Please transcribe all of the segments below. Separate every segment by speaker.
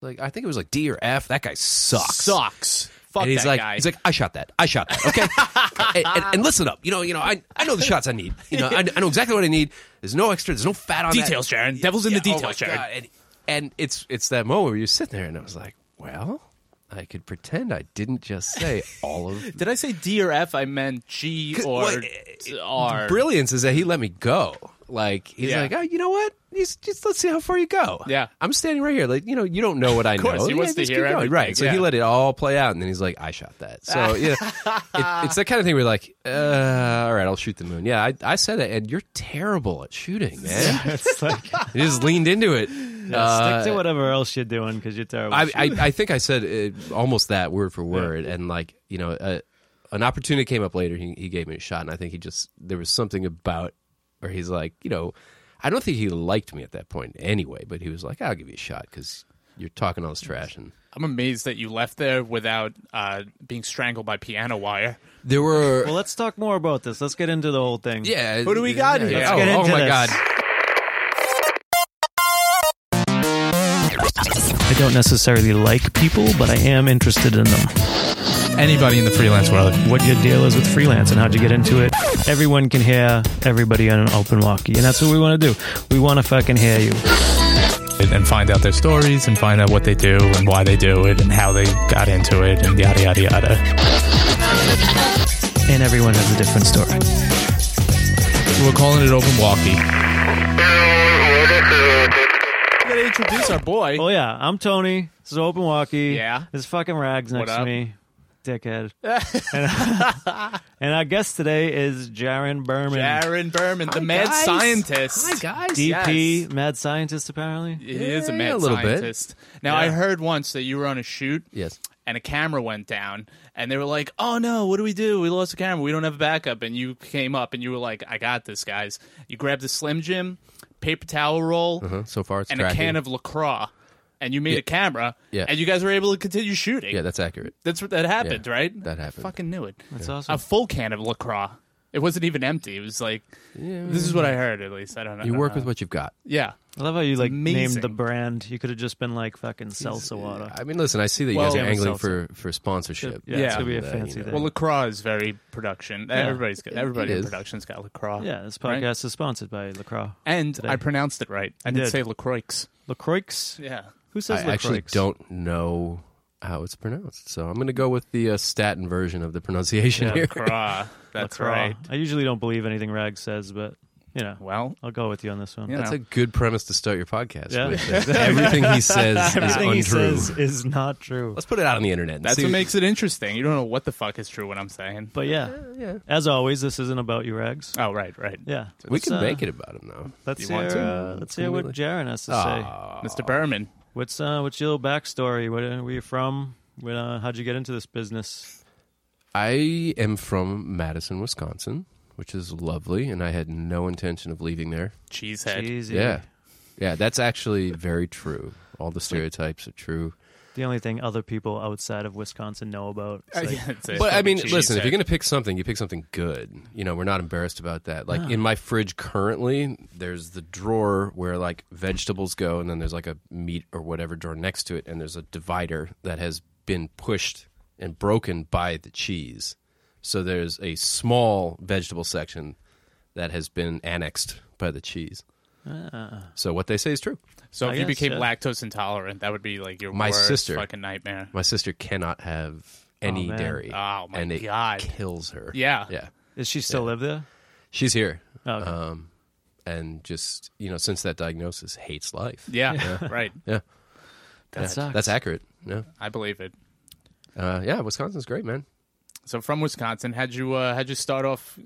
Speaker 1: like I think it was like D or F. That guy sucks.
Speaker 2: Sucks. Fuck
Speaker 1: and he's
Speaker 2: that
Speaker 1: like,
Speaker 2: guy.
Speaker 1: he's like, I shot that. I shot that. Okay, and, and, and listen up. You know, you know, I, I know the shots I need. You know, I, I know exactly what I need. There's no extra. There's no fat on that.
Speaker 2: details, Sharon. Devil's in the
Speaker 1: Yeah, oh
Speaker 2: details,
Speaker 1: my
Speaker 2: Sharon.
Speaker 1: God. And, and it's it's that moment where you're sitting there, and I was like, well, I could pretend I didn't just say all of.
Speaker 2: Did I say D or F? I meant G or
Speaker 1: Well,
Speaker 2: R.
Speaker 1: Brilliance is that he let me go. Like he's
Speaker 2: Yeah.
Speaker 1: like, oh, you know what? Just, just let's see how far you go.
Speaker 2: Yeah.
Speaker 1: I'm standing right here. Like you know, you don't know what I
Speaker 2: course,
Speaker 1: know.
Speaker 2: he
Speaker 1: Yeah,
Speaker 2: wants to
Speaker 1: just
Speaker 2: hear
Speaker 1: keep going.
Speaker 2: everything,
Speaker 1: Right. So he
Speaker 2: yeah.
Speaker 1: let it all play out, and then he's like, I shot that. So yeah, it, it's that kind of thing. We're like, uh, all right, I'll shoot the moon. Yeah, I, I said it, and you're terrible at shooting, man.
Speaker 3: it's like
Speaker 1: you just leaned into it. Uh,
Speaker 3: stick to whatever else you're doing because you're terrible.
Speaker 1: I, I, I think I said it, almost that word for word, and like you know, uh, an opportunity came up later. He he gave me a shot, and I think he just there was something about, or he's like, you know, I don't think he liked me at that point anyway, but he was like, I'll give you a shot because you're talking all this trash, and
Speaker 2: I'm amazed that you left there without uh, being strangled by piano wire.
Speaker 1: there were
Speaker 3: well, let's talk more about this. Let's get into the whole thing.
Speaker 1: yeah.
Speaker 2: What do we got
Speaker 1: yeah,
Speaker 2: here?
Speaker 3: Let's
Speaker 1: Oh,
Speaker 3: get
Speaker 1: oh
Speaker 3: into
Speaker 1: my
Speaker 3: this.
Speaker 1: god,
Speaker 3: I don't necessarily like people, but I am interested in them.
Speaker 4: Anybody in the freelance world.
Speaker 3: What your deal is with freelance and how'd you get into it? Everyone can hear everybody on open walkie, and that's what we want to do. We want to fucking hear you.
Speaker 4: and find out their stories and find out what they do and why they do it and how they got into it and yada yada yada.
Speaker 3: And everyone has a different story.
Speaker 4: We're calling it open walkie.
Speaker 2: I'm gonna introduce our boy.
Speaker 3: Oh yeah, I'm Tony. This is Open Walkie.
Speaker 2: Yeah.
Speaker 3: This fucking rags next to
Speaker 2: up?
Speaker 3: me. Dickhead. and, and our guest today is Jaron Berman.
Speaker 2: Aaron Berman, the mad
Speaker 1: guys.
Speaker 2: scientist.
Speaker 1: Hi guys.
Speaker 3: DP,
Speaker 2: Yes.
Speaker 3: mad scientist apparently.
Speaker 2: He is a
Speaker 1: Yeah,
Speaker 2: mad
Speaker 1: a little bit.
Speaker 2: scientist. Now I heard once that you were on a shoot
Speaker 1: Yes.
Speaker 2: and a camera went down and they were like, "Oh no, what do we do? We lost the camera. We don't have a backup." And you came up and you were like, "I got this, guys." You grabbed a Slim Jim, paper towel roll,
Speaker 1: Uh-huh. So far, it's
Speaker 2: and
Speaker 1: tracking.
Speaker 2: a can of LaCroix. And you made a camera,
Speaker 1: Yeah.
Speaker 2: and you guys were able to continue shooting.
Speaker 1: yeah, that's accurate.
Speaker 2: That's what that happened,
Speaker 1: Yeah,
Speaker 2: right?
Speaker 1: that
Speaker 2: I
Speaker 1: happened.
Speaker 2: fucking knew it.
Speaker 3: That's
Speaker 2: A
Speaker 3: awesome.
Speaker 2: full can of LaCroix. It wasn't even empty. It was like, this is Uh, what I heard, at least. I don't know.
Speaker 1: You
Speaker 2: I
Speaker 1: work
Speaker 2: don't
Speaker 1: with
Speaker 2: know.
Speaker 1: what you've got.
Speaker 2: Yeah.
Speaker 3: I love how you like
Speaker 2: amazing.
Speaker 3: named the brand. You could have just been like fucking salsa water.
Speaker 1: I mean, listen, I see that you
Speaker 2: Well-
Speaker 1: guys are
Speaker 2: Damn,
Speaker 1: angling
Speaker 3: salsa.
Speaker 1: for for sponsorship.
Speaker 3: Yeah,
Speaker 2: it's gonna
Speaker 3: be a
Speaker 1: And, uh,
Speaker 3: fancy
Speaker 1: you know,
Speaker 3: thing.
Speaker 2: Well, LaCroix is very production. Everybody's got, everybody
Speaker 1: It
Speaker 2: in
Speaker 1: is.
Speaker 2: production's got LaCroix.
Speaker 3: Yeah, this podcast
Speaker 2: Right?
Speaker 3: is sponsored by Lacroix.
Speaker 2: And
Speaker 3: Today.
Speaker 2: I pronounced it right. I didn't
Speaker 3: did.
Speaker 2: say LaCroix.
Speaker 3: Lacroix?
Speaker 2: Yeah.
Speaker 3: Who says
Speaker 1: I actually
Speaker 3: Lacroix?
Speaker 1: don't know how it's pronounced, so I'm going to go with the uh, statin version of the pronunciation
Speaker 3: Yeah.
Speaker 1: here.
Speaker 2: LaCroix. That's
Speaker 3: Lacroix.
Speaker 2: right.
Speaker 3: I usually don't believe anything Rag says, but you know,
Speaker 2: Well,
Speaker 3: I'll go with you on this one.
Speaker 2: Yeah.
Speaker 1: That's a good premise to start your podcast.
Speaker 3: Yeah.
Speaker 1: With. Everything he says
Speaker 3: Everything he
Speaker 1: is untrue.
Speaker 3: says is not true.
Speaker 1: Let's put it out on the internet. and
Speaker 2: that's
Speaker 1: see-
Speaker 2: what makes it interesting. You don't know what the fuck is true when I'm saying.
Speaker 3: But yeah, as always, this isn't about you, Rags.
Speaker 2: Oh, right, right.
Speaker 3: Yeah,
Speaker 1: we
Speaker 3: Let's,
Speaker 1: can
Speaker 3: uh,
Speaker 1: make it about him though.
Speaker 3: Let's
Speaker 2: You
Speaker 3: hear.
Speaker 2: want to?
Speaker 3: Uh, let's hear what Jaron has to
Speaker 1: Ah.
Speaker 3: say.
Speaker 2: Mr. Berman.
Speaker 3: What's uh, what's your little backstory? Where, where you from? When, uh, how'd you get into this business?
Speaker 1: I am from Madison, Wisconsin, which is lovely, and I had no intention of leaving there.
Speaker 2: Cheesehead.
Speaker 3: Easy.
Speaker 1: Yeah, yeah, that's actually very true. All the stereotypes are true.
Speaker 3: The only thing other people outside of Wisconsin know about. It's
Speaker 2: Uh,
Speaker 3: like,
Speaker 2: yeah, that's it.
Speaker 1: But I
Speaker 2: Fucking
Speaker 1: mean,
Speaker 2: cheese
Speaker 1: listen, if
Speaker 2: head.
Speaker 1: you're going to pick something, you pick something good. You know, we're not embarrassed about that. Like in my fridge currently, there's the drawer where like vegetables go, and then there's like a meat or whatever drawer next to it, and there's a divider that has been pushed and broken by the cheese. So there's a small vegetable section that has been annexed by the cheese. So what they say is true.
Speaker 2: So
Speaker 3: I
Speaker 2: if you
Speaker 3: guess,
Speaker 2: became
Speaker 3: yeah.
Speaker 2: lactose intolerant, that would be like your
Speaker 1: My
Speaker 2: worst
Speaker 1: sister.
Speaker 2: fucking nightmare.
Speaker 1: My sister cannot have any
Speaker 3: man.
Speaker 1: dairy.
Speaker 2: Oh, my
Speaker 1: and it
Speaker 2: God.
Speaker 1: kills her.
Speaker 2: Yeah.
Speaker 1: Yeah.
Speaker 3: Does she still live there?
Speaker 1: She's here.
Speaker 3: Oh, okay.
Speaker 1: um, and just you know since that diagnosis hates life
Speaker 2: Yeah, right.
Speaker 1: yeah
Speaker 3: that sucks.
Speaker 1: that's accurate yeah
Speaker 2: I believe it.
Speaker 1: uh, yeah wisconsin's great man
Speaker 2: So from Wisconsin, how'd you uh, how'd you start off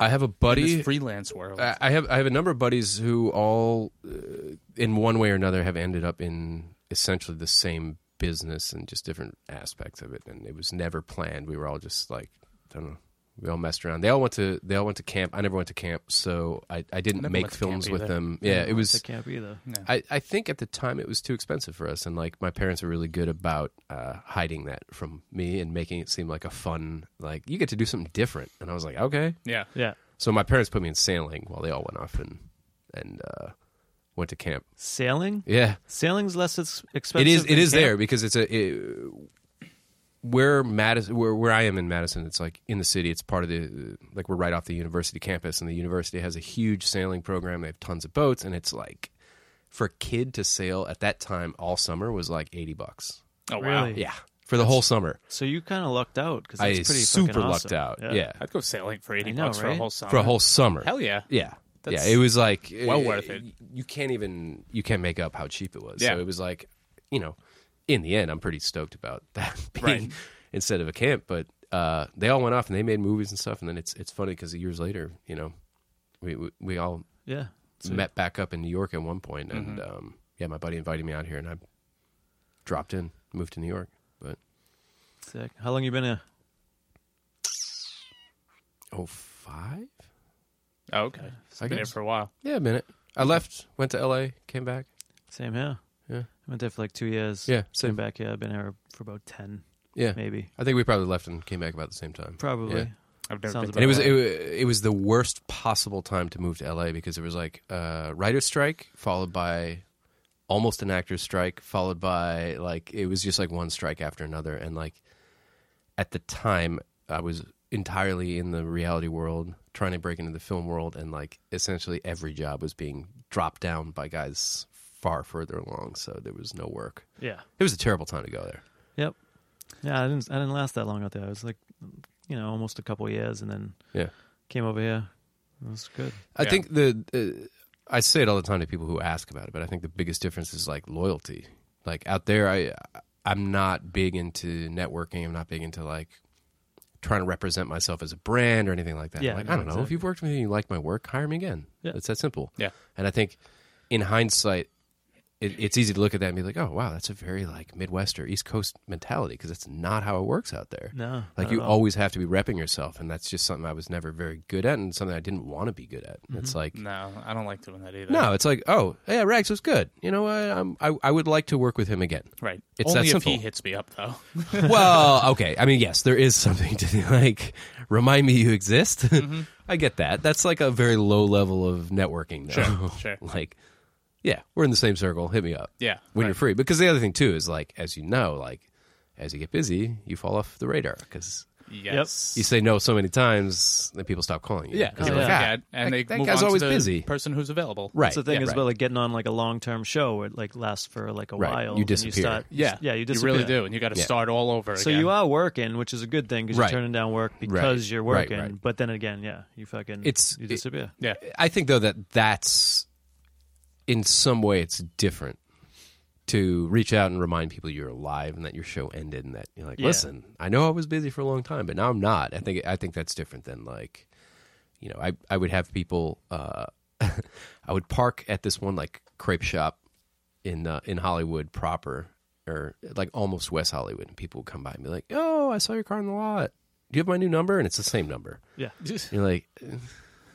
Speaker 1: i have a
Speaker 2: in
Speaker 1: buddy
Speaker 2: this freelance world?
Speaker 3: uh,
Speaker 1: I I have I have a number of buddies who all, uh, in one way or another, have ended up in essentially the same business and just different aspects of it, and it was never planned. We were all just like, I don't know, we all messed around. They all went to they all went to camp. I never went to camp, so I, I didn't
Speaker 2: never
Speaker 1: make
Speaker 2: went to camp
Speaker 1: films with
Speaker 2: either.
Speaker 1: them. Yeah, it was
Speaker 3: It can't be though.
Speaker 1: I, I think at the time it was too expensive for us, and like my parents were really good about uh, hiding that from me and making it seem like a fun, like you get to do something different. And I was like, okay.
Speaker 2: yeah,
Speaker 3: Yeah.
Speaker 1: So my parents put me in sailing while they all went off and and uh, went to camp.
Speaker 3: Sailing?
Speaker 1: Yeah,
Speaker 3: Sailing's less ex- expensive.
Speaker 1: it is. It
Speaker 3: than
Speaker 1: is
Speaker 3: camp.
Speaker 1: there because it's a it, where Madison, where where I am in Madison. It's like in the city. It's part of the like we're right off the university campus, and the university has a huge sailing program. They have tons of boats, and it's like for a kid to sail at that time all summer was like eighty bucks.
Speaker 2: Oh wow.
Speaker 3: Really?
Speaker 1: Yeah, for the whole summer.
Speaker 3: So you kind of lucked out because
Speaker 1: I
Speaker 3: that's pretty
Speaker 1: super
Speaker 3: fucking
Speaker 1: lucked
Speaker 3: awesome.
Speaker 1: out. Yeah.
Speaker 2: I'd go sailing for eighty
Speaker 3: I know,
Speaker 2: bucks for a
Speaker 3: right?
Speaker 2: whole summer.
Speaker 1: for a whole summer.
Speaker 2: hell yeah.
Speaker 1: Yeah.
Speaker 2: That's
Speaker 1: yeah, it was like eh,
Speaker 2: well worth it.
Speaker 1: You can't even you can't make up how cheap it was.
Speaker 2: Yeah.
Speaker 1: So it was like, you know, in the end, I'm pretty stoked about that being
Speaker 2: Right.
Speaker 1: instead of a camp. But uh, they all went off and they made movies and stuff. And then it's it's funny because years later, you know, we we, we all
Speaker 3: Yeah.
Speaker 1: met back up in New York at one point, and
Speaker 2: Mm-hmm.
Speaker 1: um, yeah, my buddy invited me out here, and I dropped in, moved to New York, but
Speaker 3: Sick. How long you been here?
Speaker 1: oh five,
Speaker 2: Oh, okay. It's
Speaker 1: I
Speaker 2: been there
Speaker 1: guess.
Speaker 2: for a while.
Speaker 1: yeah, a minute. I left, went to L.A., came back.
Speaker 3: Same here.
Speaker 1: Yeah.
Speaker 3: I went there for like two years.
Speaker 1: Yeah,
Speaker 3: Came
Speaker 1: same.
Speaker 3: back here. I've been here for about 10,
Speaker 1: Yeah,
Speaker 3: maybe.
Speaker 1: I think we probably left and came back about the same time.
Speaker 3: Probably.
Speaker 1: Yeah.
Speaker 2: I've never
Speaker 3: Sounds
Speaker 2: been.
Speaker 3: about
Speaker 1: And it was
Speaker 3: right.
Speaker 1: it, wa- it was the worst possible time to move to LA because it was like uh, writer's strike followed by almost an actor's strike followed by like it was just like one strike after another and like at the time I was entirely in the reality world trying to break into the film world and like essentially every job was being dropped down by guys far further along so there was no work.
Speaker 3: Yeah.
Speaker 1: It was a terrible time to go there.
Speaker 3: Yep. Yeah, I didn't. I didn't last that long out there. I was like, you know, almost a couple of years, and then
Speaker 1: Yeah.
Speaker 3: came over here. It was good.
Speaker 1: I
Speaker 2: Yeah.
Speaker 1: think the uh, I say it all the time to people who ask about it, but I think the biggest difference is like loyalty. Like out there, I I'm not big into networking. I'm not big into like trying to represent myself as a brand or anything like that.
Speaker 3: Yeah,
Speaker 1: like
Speaker 3: no,
Speaker 1: I don't know if
Speaker 3: exactly.
Speaker 1: you've worked with me and you like my work, hire me again.
Speaker 3: Yeah.
Speaker 1: It's that simple.
Speaker 2: Yeah.
Speaker 1: And I think in hindsight, it, it's easy to look at that and be like, oh wow, that's a very like Midwest or East Coast mentality because that's not how it works out there.
Speaker 3: No,
Speaker 1: Like
Speaker 3: not
Speaker 1: you
Speaker 3: at all.
Speaker 1: always have to be repping yourself, and that's just something I was never very good at, and something I didn't want to be good at. It's
Speaker 2: Mm-hmm.
Speaker 1: like
Speaker 2: No, I don't like doing that either.
Speaker 1: no, it's like oh yeah, Rags was good. You know what? I'm, I I would like to work with him again.
Speaker 2: Right.
Speaker 1: It's that
Speaker 2: Only if he
Speaker 1: simple.
Speaker 2: hits me up though.
Speaker 1: well, okay. I mean, yes, there is something to like remind me you exist.
Speaker 2: Mm-hmm.
Speaker 1: I get that. That's like a very low level of networking. Though.
Speaker 2: Sure, sure.
Speaker 1: like yeah, we're in the same circle. Hit me up.
Speaker 2: Yeah,
Speaker 1: when you're
Speaker 2: right.
Speaker 1: free. Because the other thing too is like as you know, like as you get busy, you fall off the radar because
Speaker 2: yes.
Speaker 1: you say no so many times that people stop calling you.
Speaker 2: yeah.
Speaker 1: 'Cause
Speaker 2: they
Speaker 1: they're like,
Speaker 2: forget,
Speaker 1: "Ah,
Speaker 2: and
Speaker 1: that-
Speaker 2: they
Speaker 1: that
Speaker 2: move
Speaker 1: guy's
Speaker 2: on to
Speaker 1: always
Speaker 2: the
Speaker 1: busy.
Speaker 2: Person who's available.
Speaker 1: Right.
Speaker 3: That's the thing
Speaker 1: yeah,
Speaker 3: is
Speaker 1: right.
Speaker 3: about like getting on like a long term show where it like lasts for like a
Speaker 1: Right.
Speaker 3: while.
Speaker 1: You
Speaker 3: and
Speaker 1: disappear.
Speaker 3: start,
Speaker 2: Yeah.
Speaker 3: yeah, you
Speaker 2: You
Speaker 3: disappear.
Speaker 2: really do, and you got to
Speaker 1: Yeah.
Speaker 2: start all over.
Speaker 3: So
Speaker 2: again.
Speaker 3: you are working, which is a good thing because
Speaker 1: Right.
Speaker 3: you're turning down work because you're
Speaker 1: Right,
Speaker 3: working.
Speaker 1: right.
Speaker 3: But then again, yeah, you fucking
Speaker 1: It's-
Speaker 3: you
Speaker 1: it-
Speaker 3: disappear.
Speaker 2: Yeah.
Speaker 1: I think though that that's in some way it's different to reach out and remind people you're alive and that your show ended and that you're like,
Speaker 3: Yeah.
Speaker 1: listen, I know I was busy for a long time, but now I'm not. I think I think that's different than like, you know, I I would have people, uh, I would park at this one like crepe shop in uh, in Hollywood proper or like almost West Hollywood, and people would come by and be like, oh, I saw your car in the lot. Do you have my new number? And it's the same number.
Speaker 3: Yeah.
Speaker 1: You're like,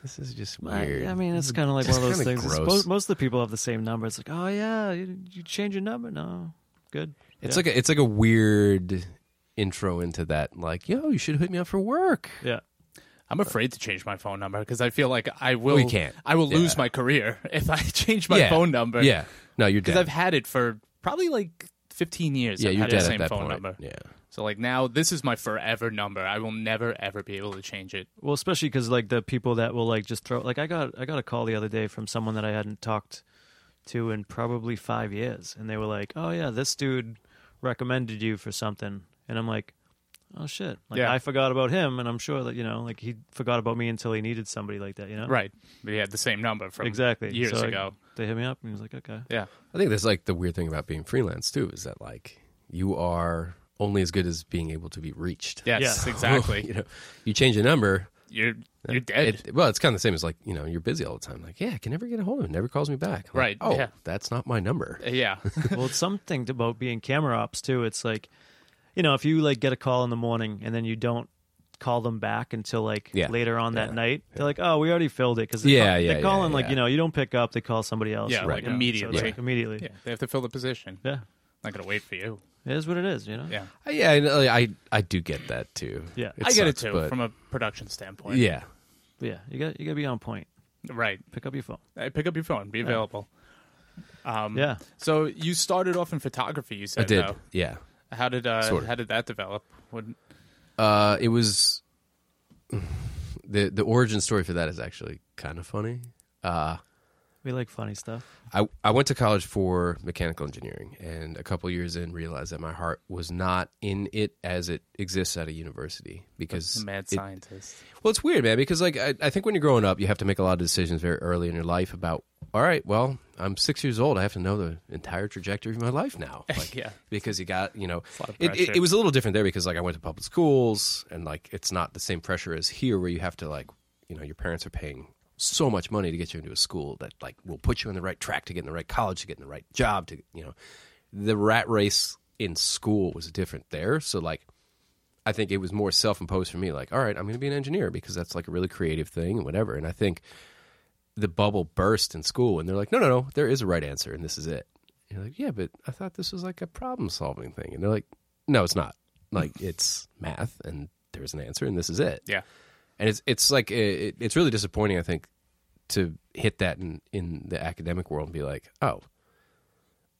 Speaker 1: this is just weird.
Speaker 3: I, I mean, it's kind of like
Speaker 1: Just
Speaker 3: one of those
Speaker 1: kinda
Speaker 3: things. It's
Speaker 1: gross.
Speaker 3: Most, most of the people have the same number. It's like, oh yeah, you, you change your number? No, good.
Speaker 1: It's
Speaker 3: yeah.
Speaker 1: like a, it's like a weird intro into that. Like, yo, you should hit me up for work.
Speaker 3: yeah,
Speaker 2: I'm afraid to change my phone number because I feel like I will.
Speaker 1: you can't.
Speaker 2: I will lose
Speaker 1: Yeah.
Speaker 2: my career if I change my phone number.
Speaker 1: Yeah, no, you're
Speaker 2: because
Speaker 1: dead.
Speaker 2: I've had it for probably like 15 years.
Speaker 1: yeah,
Speaker 2: I've
Speaker 1: you're
Speaker 2: had
Speaker 1: dead
Speaker 2: the
Speaker 1: at
Speaker 2: same
Speaker 1: that
Speaker 2: phone
Speaker 1: point.
Speaker 2: number.
Speaker 1: Yeah,
Speaker 2: So like now, this is my forever number. I will never ever be able to change it.
Speaker 3: Well, especially because like the people that will like just throw like I got I got a call the other day from someone that I hadn't talked to in probably five years, and they were like, "Oh yeah, this dude recommended you for something," and I'm like, "Oh shit!" Like
Speaker 2: Yeah.
Speaker 3: I forgot about him, and I'm sure that you know like he forgot about me until he needed somebody like that, you know?
Speaker 2: Right. We had the same number from
Speaker 3: Oh. Exactly.
Speaker 2: years
Speaker 3: So, like,
Speaker 2: ago.
Speaker 3: They hit me up, and he was like, "Okay."
Speaker 2: Yeah.
Speaker 1: I think that's like the weird thing about being freelance too is that like you are only as good as being able to be reached.
Speaker 2: Yes.
Speaker 3: Yeah.
Speaker 2: Exactly.
Speaker 1: you know, you change a number.
Speaker 2: You're you're dead.
Speaker 1: Oh, It, well, it's kind of the same as like you know you're busy all the time. Like, yeah, I can never get a hold of him. Never calls me back. I'm
Speaker 2: Right,
Speaker 1: like, oh,
Speaker 2: yeah.
Speaker 1: that's not my number.
Speaker 2: Uh, yeah.
Speaker 3: well, it's something about being camera ops too. It's like, you know, if you like get a call in the morning and then you don't call them back until like
Speaker 1: Yeah.
Speaker 3: later on that
Speaker 1: Yeah.
Speaker 3: night, they're like, oh, we already filled it because they
Speaker 1: Yeah,
Speaker 3: call,
Speaker 1: yeah,
Speaker 3: they're calling
Speaker 1: yeah,
Speaker 3: like
Speaker 1: yeah.
Speaker 3: you know you don't pick up, they call somebody else,
Speaker 2: Yeah,
Speaker 3: you
Speaker 2: like,
Speaker 3: know, so it's
Speaker 2: immediately.
Speaker 3: like, immediately,
Speaker 2: yeah. They have to fill the position.
Speaker 3: yeah.
Speaker 2: Not gonna wait for you.
Speaker 3: It is what it is, you know.
Speaker 2: Yeah.
Speaker 1: Uh, Yeah, I, know, I I do get that too.
Speaker 3: Yeah.
Speaker 1: It
Speaker 2: I get it
Speaker 1: sucks,
Speaker 2: too
Speaker 1: but-
Speaker 2: from a production standpoint.
Speaker 1: yeah,
Speaker 3: But yeah. You got you got to be on point.
Speaker 2: Right.
Speaker 3: Pick up your phone.
Speaker 2: Mm-hmm. Hey, Pick up your phone. Be available. Um,
Speaker 3: Yeah.
Speaker 2: So you started off in photography. You
Speaker 1: I
Speaker 2: said
Speaker 1: did.
Speaker 2: though.
Speaker 1: Yeah.
Speaker 2: How did uh,
Speaker 1: Sort of.
Speaker 2: how did that develop? What,
Speaker 1: Uh, it was the the origin story for that is actually kind of funny. Uh,
Speaker 3: We like funny stuff.
Speaker 1: I I went to college for mechanical engineering, and a couple years in realized that my heart was not in it as it exists at a university because
Speaker 2: mad
Speaker 1: it,
Speaker 2: scientist.
Speaker 1: Well, it's weird, man, because like I, I think when you're growing up, you have to make a lot of decisions very early in your life about. All right, well, I'm six years old. I have to know the entire trajectory of my life now. Like,
Speaker 2: Yeah.
Speaker 1: because you got you know,
Speaker 2: lot of
Speaker 1: it, it,
Speaker 2: pressure.
Speaker 1: it was a little different there because like I went to public schools and like it's not the same pressure as here where you have to like you know your parents are paying so much money to get you into a school that like will put you on the right track to get in the right college to get in the right job to you know, the rat race in school was different there. So like I think it was more self imposed for me. Like, all right, I'm going to be an engineer because that's like a really creative thing and whatever. And I think the bubble burst in school and they're like, no, no, no, there is a right answer and this is it. And you're like, yeah, but I thought this was like a problem solving thing. And they're like, no, it's not. Like, it's math and there's an answer and this is it
Speaker 2: Yeah.
Speaker 1: and it's it's like it, it's really disappointing. I think to hit that in in the academic world and be like, oh,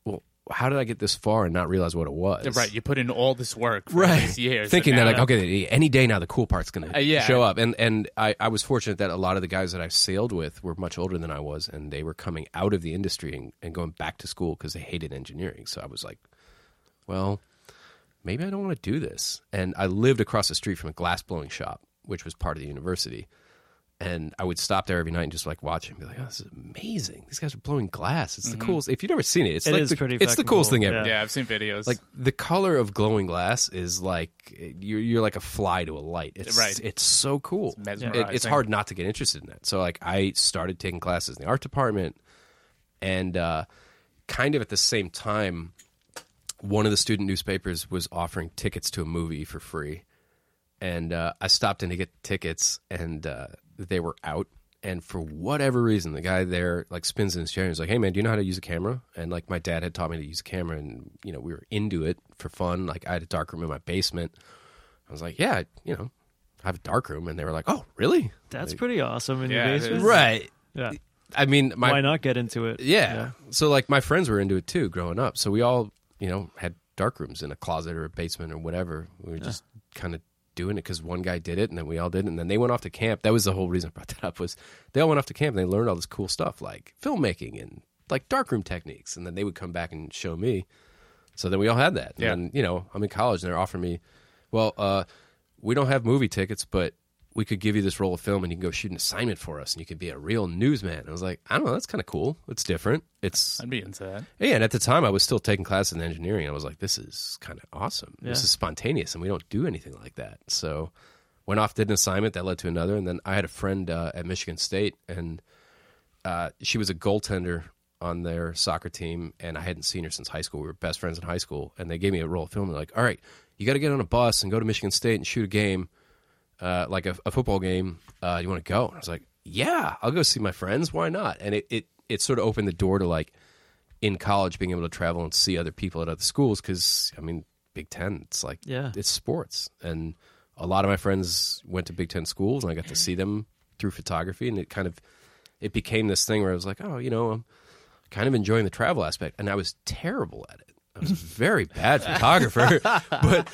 Speaker 1: well, how did I get this far and not realize what it was?
Speaker 2: Right. You put in all this work for all
Speaker 1: Right,
Speaker 2: these years,
Speaker 1: thinking that
Speaker 2: and
Speaker 1: like
Speaker 2: now-
Speaker 1: okay, any day now the cool part's gonna
Speaker 2: Uh, yeah.
Speaker 1: show up, and and I, I was fortunate that a lot of the guys that I sailed with were much older than I was, and they were coming out of the industry and, and going back to school because they hated engineering. So I was like, well, maybe I don't want to do this. And I lived across the street from a glass blowing shop, which was part of the university. And I would stop there every night and just like watch it and be like, oh, this is amazing. These guys are blowing glass. It's
Speaker 2: Mm-hmm.
Speaker 1: the coolest. If you've never seen it, it's
Speaker 3: It
Speaker 1: like
Speaker 3: is
Speaker 1: the,
Speaker 3: pretty
Speaker 1: it's the
Speaker 3: fucking
Speaker 1: coolest
Speaker 3: cool,
Speaker 1: thing ever.
Speaker 3: yeah.
Speaker 2: Yeah, I've seen videos.
Speaker 1: Like the color of glowing glass is like you're, you're like a fly to a light. It's,
Speaker 2: Right.
Speaker 1: It's so cool.
Speaker 2: It's
Speaker 1: It- it's
Speaker 2: mesmerizing.
Speaker 1: hard not to get interested in that. So like I started taking classes in the art department, and uh, kind of at the same time, one of the student newspapers was offering tickets to a movie for free, and uh, I stopped in to get tickets, and uh, they were out. And for whatever reason, the guy there like spins in his chair and he's like, "Hey man, do you know how to use a camera?" And like my dad had taught me to use a camera, and you know we were into it for fun. Like I had a dark room in my basement. I was like, "Yeah, you know, I have a dark room," and they were like, "Oh, really?"
Speaker 3: That's pretty awesome in
Speaker 2: Yeah,
Speaker 3: your
Speaker 2: it
Speaker 3: basement.
Speaker 2: is.
Speaker 1: Right.
Speaker 3: Yeah.
Speaker 1: I mean, my
Speaker 3: Why not get into it?
Speaker 1: yeah. So like my friends were into it too growing up. So we all, you know, had dark rooms in a closet or a basement or whatever. We were just kind of doing it because one guy did it and then we all did it. And then they went off to camp. That was the whole reason I brought that up was they all went off to camp and they learned all this cool stuff like filmmaking and like darkroom techniques. And then they would come back and show me. So then we all had that. And
Speaker 2: Yeah.
Speaker 1: then, you know, I'm in college and they're offering me, well, uh, we don't have movie tickets, but we could give you this roll of film and you can go shoot an assignment for us and you could be a real newsman. I was like, I don't know, that's kind of cool. It's different. It's,
Speaker 2: I'd be into that.
Speaker 1: yeah, and at the time I was still taking classes in engineering and I was like, this is kind of awesome. This
Speaker 3: Yeah.
Speaker 1: is spontaneous and we don't do anything like that. So went off, did an assignment that led to another. And then I had a friend uh, at Michigan State and uh, she was a goaltender on their soccer team, and I hadn't seen her since high school. We were best friends in high school, and they gave me a roll of film. They're like, "All right, you got to get on a bus and go to Michigan State and shoot a game, uh, like a, a football game. Uh, you want to go?" And I was like, "Yeah, I'll go see my friends. Why not?" And it it it sort of opened the door to like in college being able to travel and see other people at other schools because I mean Big Ten, it's like
Speaker 3: Yeah.
Speaker 1: it's sports, and a lot of my friends went to Big Ten schools, and I got to see them through photography, and it kind of it became this thing where I was like, oh, you know, I'm kind of enjoying the travel aspect, and I was terrible at it. I was a very bad photographer, but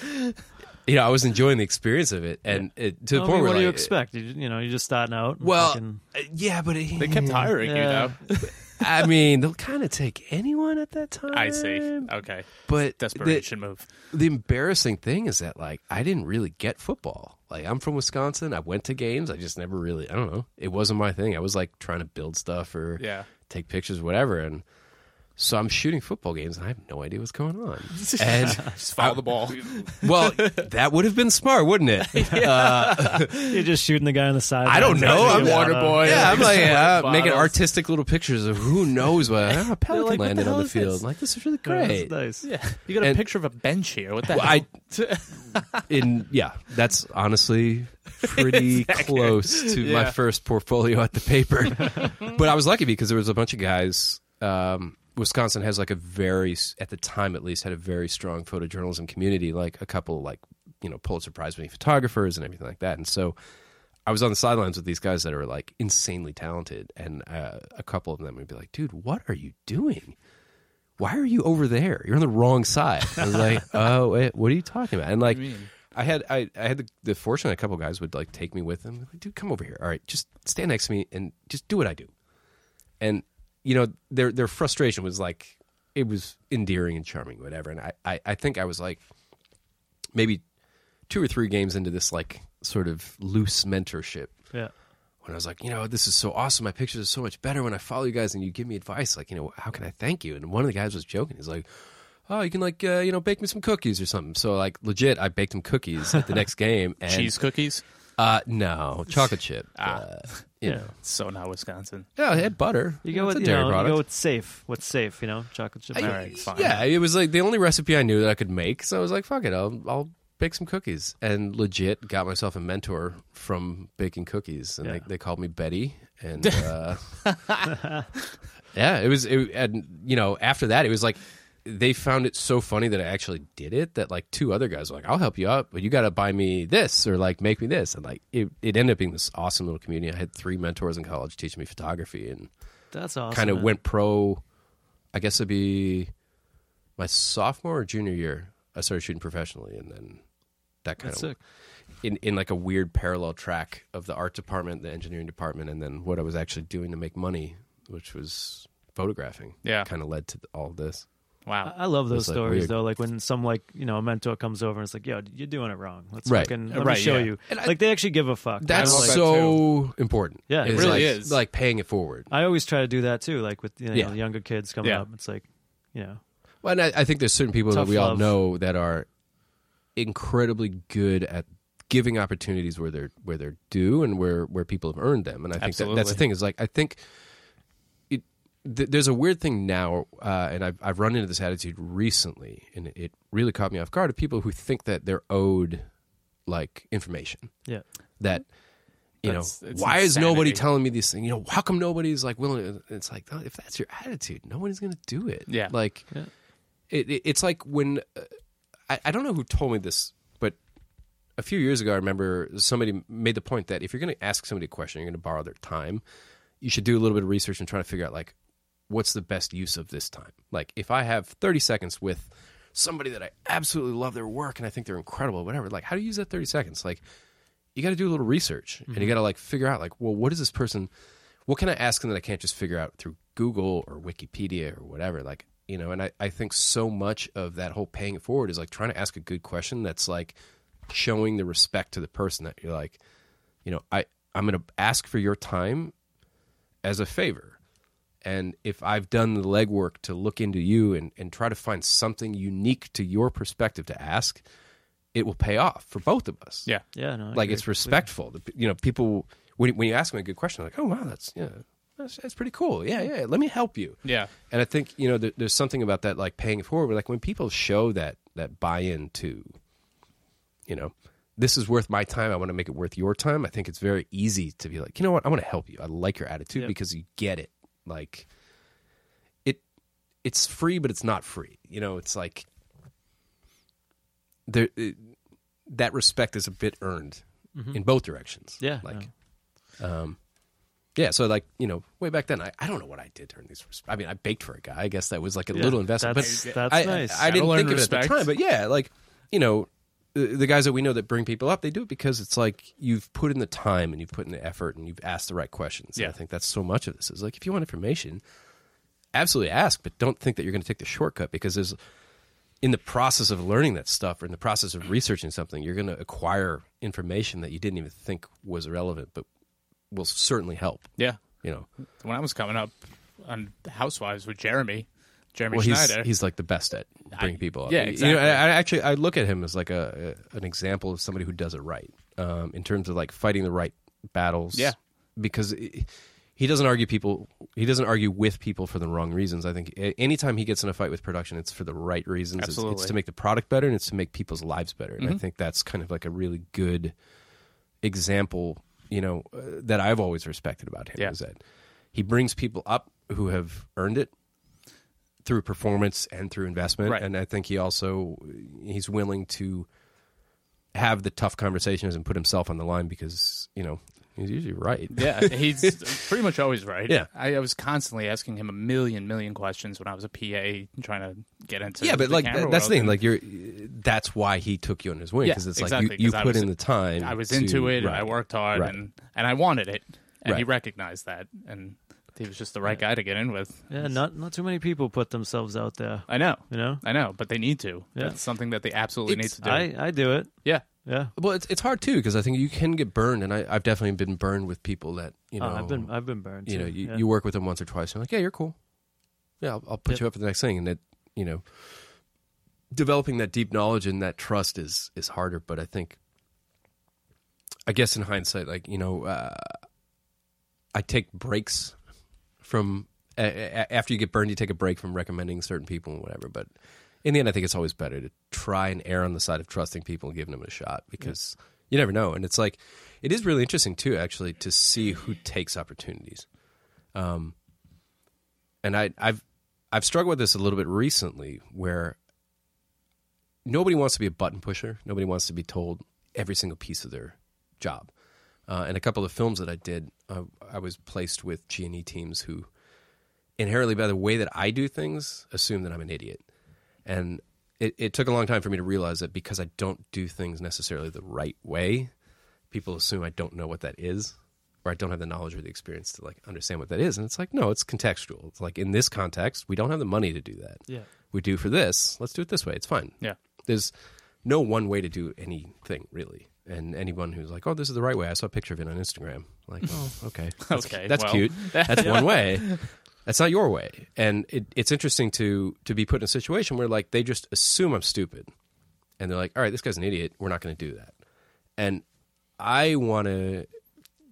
Speaker 1: you know, I was enjoying the experience of it, and it, to the
Speaker 3: I
Speaker 1: point
Speaker 3: mean,
Speaker 1: where
Speaker 3: what do you
Speaker 1: like,
Speaker 3: expect? You, you know, you're just starting out. and
Speaker 1: Well,
Speaker 3: fucking-
Speaker 1: uh, yeah, but it,
Speaker 2: They kept hiring
Speaker 3: Yeah.
Speaker 2: you though.
Speaker 1: I mean, they'll kind of take anyone at that time.
Speaker 2: I see. Okay.
Speaker 1: but the-
Speaker 2: Desperation move.
Speaker 1: the embarrassing thing is that like I didn't really get football. Like I'm from Wisconsin. I went to games. I just never really I don't know. It wasn't my thing. I was like trying to build stuff or
Speaker 2: Yeah.
Speaker 1: take pictures, whatever. And so I'm shooting football games and I have no idea what's going on. And
Speaker 2: Just follow the ball.
Speaker 1: well, that would have been smart, wouldn't it?
Speaker 3: You're just shooting the guy on the side.
Speaker 1: I don't know. I'm
Speaker 2: water boy.
Speaker 1: Yeah, I'm like uh,
Speaker 2: bottles.
Speaker 1: making artistic little pictures of who knows what. Ah, a pelican
Speaker 3: like, what
Speaker 1: landed
Speaker 3: the
Speaker 1: on
Speaker 3: hell
Speaker 1: the
Speaker 3: is
Speaker 1: field.
Speaker 3: this?
Speaker 1: Like this is really
Speaker 3: That's
Speaker 1: great.
Speaker 3: nice.
Speaker 2: Yeah. You got a
Speaker 1: And-
Speaker 2: picture of a bench here. What the
Speaker 1: Well,
Speaker 2: hell?
Speaker 1: I in yeah, that's honestly pretty close to my
Speaker 2: Yeah.
Speaker 1: first portfolio at the paper. but I was lucky because there was a bunch of guys. Um, Wisconsin has like a very at the time at least had a very strong photojournalism community, like a couple like you know Pulitzer Prize winning photographers and everything like that. And so I was on the sidelines with these guys that are like insanely talented, and uh, a couple of them would be like, "Dude, what are you doing?" why are you over there? You're on the wrong side. I was like, oh, wait, what are you talking about? And like, I had I, I had the, the fortune that a couple guys would like take me with them. Like, Dude, come over here. All right, just stand next to me and just do what I do. And you know their their frustration was like it was endearing and charming, whatever. And I I, I think I was like maybe two or three games into this like sort of loose mentorship
Speaker 3: Yeah.
Speaker 1: when I was like, you know, this is so awesome. My pictures are so much better when I follow you guys and you give me advice. Like, you know, how can I thank you? And one of the guys was joking. He's like, oh, you can like, uh, you know, bake me some cookies or something. So like, legit, I baked him cookies at the next game. And,
Speaker 2: Cheese cookies.
Speaker 1: Uh, no, chocolate chip. Uh, you
Speaker 3: Ah. Yeah.
Speaker 1: know.
Speaker 2: So not Wisconsin.
Speaker 1: yeah, it had butter.
Speaker 3: You go
Speaker 1: It's
Speaker 3: with
Speaker 1: a
Speaker 3: you
Speaker 1: dairy
Speaker 3: know, you
Speaker 1: product.
Speaker 3: go with safe. What's safe? You know, chocolate chip.
Speaker 1: I-
Speaker 3: ice
Speaker 2: All right, fine.
Speaker 1: Yeah, it was like the only recipe I knew that I could make. So I was like, fuck it, I'll, I'll bake some cookies. And legit got myself a mentor from baking cookies. And they,
Speaker 3: Yeah.
Speaker 1: they called me Betty. And uh, yeah, it was, it, and you know, after that, it was like, they found it so funny that I actually did it that like two other guys were like, I'll help you out, but you got to buy me this or like make me this. And like it, it ended up being this awesome little community. I had three mentors in college teaching me photography and
Speaker 3: That's awesome.
Speaker 1: kind of
Speaker 3: man.
Speaker 1: went pro. I guess it'd be my sophomore or junior year. I started shooting professionally, and then that kind
Speaker 3: That's
Speaker 1: of
Speaker 3: sick.
Speaker 1: in in like a weird parallel track of the art department, the engineering department, and then what I was actually doing to make money, which was photographing.
Speaker 2: Yeah.
Speaker 1: kind of led to all this.
Speaker 2: Wow.
Speaker 3: I I love those
Speaker 1: It's, like,
Speaker 3: stories
Speaker 1: weird.
Speaker 3: though. Like when some like you know a mentor comes over and it's like, "Yo, you're doing it wrong. Let's
Speaker 1: Right.
Speaker 3: fucking let
Speaker 2: Right,
Speaker 3: me show
Speaker 2: yeah.
Speaker 3: you."
Speaker 1: And I-
Speaker 3: like they actually give a fuck.
Speaker 1: That's
Speaker 3: I,
Speaker 2: love that
Speaker 1: so important.
Speaker 3: Yeah, it
Speaker 1: It's
Speaker 2: really
Speaker 1: like-
Speaker 2: is.
Speaker 1: like paying it forward.
Speaker 3: I always try to do that too. Like with you know,
Speaker 1: Yeah.
Speaker 3: younger kids coming
Speaker 2: Yeah.
Speaker 3: up, it's like, you know,
Speaker 1: Well, and I, I think there's certain people
Speaker 3: Tough
Speaker 1: that we all
Speaker 3: love.
Speaker 1: know that are incredibly good at giving opportunities where they're where they're due and where where people have earned them. And I think that, that's
Speaker 2: Absolutely.
Speaker 1: the thing is like I think it th- there's a weird thing now, uh, and I've I've run into this attitude recently, and it- it really caught me off guard of people who think that they're owed like information
Speaker 3: yeah,
Speaker 1: that you
Speaker 2: That's-
Speaker 1: know
Speaker 2: it's
Speaker 1: why is nobody
Speaker 2: insanity.
Speaker 1: telling me these things you know how come nobody's like willing to, it's like oh, if that's your attitude nobody's gonna do it
Speaker 2: Yeah.
Speaker 1: like
Speaker 3: Yeah.
Speaker 1: It, it, it's like when uh, I, I don't know who told me this but a few years ago i remember somebody made the point that if you're gonna ask somebody a question you're gonna borrow their time you should do a little bit of research and try to figure out like what's the best use of this time like if i have 30 seconds with somebody that i absolutely love their work and i think they're incredible whatever like how do you use that 30 seconds like you got to do a little research and you got to like figure out like well what is this person what can i ask them that i can't just figure out through google or wikipedia or whatever like you know and i, I think so much of that whole paying it forward is like trying to ask a good question that's like showing the respect to the person that you're like you know i i'm going to ask for your time as a favor and if I've done the legwork to look into you and, and try to find something unique to your perspective to ask, it will pay off for both of us
Speaker 2: Yeah.
Speaker 3: yeah, no, I
Speaker 1: like
Speaker 3: agree.
Speaker 1: it's respectful. The, you know, people when when you ask them a good question, they're like, oh wow, that's yeah, that's, that's pretty cool. Yeah, yeah. Let me help you.
Speaker 2: Yeah.
Speaker 1: And I think you know there, there's something about that, like paying it forward. Like when people show that that buy-in to, you know, this is worth my time. I want to make it worth your time. I think it's very easy to be like, you know what, I want to help you. I like your attitude
Speaker 3: Yep.
Speaker 1: because you get it. Like, it it's free, but it's not free. You know, it's like there it, that respect is a bit earned in both directions.
Speaker 3: Mm-hmm. Yeah,
Speaker 1: like. Um, yeah, so like you know, way back then, I, I don't know what I did during these. I mean, I baked for a guy. I guess that was like a
Speaker 3: Yeah,
Speaker 1: little investment.
Speaker 3: That's,
Speaker 1: but
Speaker 3: that's
Speaker 1: I,
Speaker 3: nice.
Speaker 1: I, I didn't
Speaker 2: Gotta
Speaker 1: think
Speaker 2: learn
Speaker 1: of it at the
Speaker 2: respect.
Speaker 1: time, but yeah, like you know, the, the guys that we know that bring people up, they do it because it's like you've put in the time and you've put in the effort and you've asked the right questions. And
Speaker 2: Yeah.
Speaker 1: I think that's so much of this is like if you want information, absolutely ask, but don't think that you're going to take the shortcut because there's in the process of learning that stuff or in the process of researching something, you're going to acquire information that you didn't even think was relevant, but will certainly help.
Speaker 2: Yeah.
Speaker 1: You know,
Speaker 2: When I was coming up on Housewives with Jeremy, Jeremy
Speaker 1: well, he's,
Speaker 2: Schneider.
Speaker 1: he's like the best at bringing
Speaker 2: I-
Speaker 1: people up.
Speaker 2: yeah,
Speaker 1: You
Speaker 2: exactly.
Speaker 1: know, I, I actually I look at him as like a, a an example of somebody who does it right um, in terms of like fighting the right battles.
Speaker 2: Yeah.
Speaker 1: because i he doesn't argue people. He doesn't argue with people for the wrong reasons. I think a- anytime he gets in a fight with production, it's for the right reasons. It's, it's
Speaker 2: Absolutely. Mm-hmm.
Speaker 1: to make the product better and it's to make people's lives better. And I think that's kind of like a really good example, you know, uh, that I've always respected about him
Speaker 2: Yeah.
Speaker 1: is that he brings people up who have earned it through performance and through investment.
Speaker 2: Right.
Speaker 1: And I think he also he's willing to have the tough conversations and put himself on the line because you know He's usually right.
Speaker 2: Yeah, he's pretty much always right.
Speaker 1: Yeah.
Speaker 2: I, I was constantly asking him a million, million questions when I was a PA trying to get into.
Speaker 1: yeah, but
Speaker 2: the
Speaker 1: like
Speaker 2: camera
Speaker 1: that's the
Speaker 2: world.
Speaker 1: thing. Like you're, that's why he took you on his wing
Speaker 2: Yeah,
Speaker 1: because it's
Speaker 2: exactly,
Speaker 1: like you, you
Speaker 2: 'cause I
Speaker 1: put
Speaker 2: was-
Speaker 1: in the time.
Speaker 2: I was
Speaker 1: to-
Speaker 2: into it. and I
Speaker 1: right.
Speaker 2: worked hard,
Speaker 1: Right.
Speaker 2: and and I wanted it, and he
Speaker 1: Right.
Speaker 2: recognized that, and he was just the right guy to get in with.
Speaker 3: Yeah, not not too many people put themselves out there.
Speaker 2: I know,
Speaker 3: You know,
Speaker 2: I know, but they need to.
Speaker 3: Yeah.
Speaker 2: That's something that they absolutely
Speaker 1: It's-
Speaker 2: need to do.
Speaker 3: I I do it.
Speaker 2: yeah,
Speaker 3: Yeah.
Speaker 1: Well, it's it's hard too because I think you can get burned, and I, I've definitely been burned with people that
Speaker 2: Uh,
Speaker 1: you know.
Speaker 3: oh, I've been I've been burned.
Speaker 1: you
Speaker 3: too.
Speaker 1: know, you,
Speaker 3: yeah.
Speaker 1: you work with them once or twice. And you're like, yeah, you're cool. Yeah, I'll, I'll put
Speaker 3: Yep.
Speaker 1: you up for the next thing. And that, you know, developing that deep knowledge and that trust is is harder. But I think, I guess in hindsight, like you know, uh, I take breaks from a, a- after you get burned. You take a break from recommending certain people and whatever. But in the end, I think it's always better to try and err on the side of trusting people and giving them a shot because you never know. And it's like, it is really interesting too, actually, to see who takes opportunities and I, I've I've struggled with this a little bit recently, where nobody wants to be a button pusher. Nobody wants to be told every single piece of their job. Uh, and a couple of films that I did, uh, I was placed with G and E teams who inherently, by the way that I do things, assume that I'm an idiot. And it, it took a long time for me to realize that because I don't do things necessarily the right way, people assume I don't know what that is or I don't have the knowledge or the experience to like understand what that is. And it's like, no, it's contextual. It's like in this context, we don't have the money to do that.
Speaker 3: Yeah.
Speaker 1: We do for this. Let's do it this way. It's fine.
Speaker 2: Yeah.
Speaker 1: There's no one way to do anything really. And anyone who's like, oh, this is the right way. I saw a picture of it on Instagram. Like, oh, okay. That's,
Speaker 2: Okay,
Speaker 1: That's
Speaker 2: well.
Speaker 1: cute. That's one way. That's not your way. And it, it's interesting to to be put in a situation where like they just assume I'm stupid and they're like, "All right, this guy's an idiot. We're not going to do that." And I want to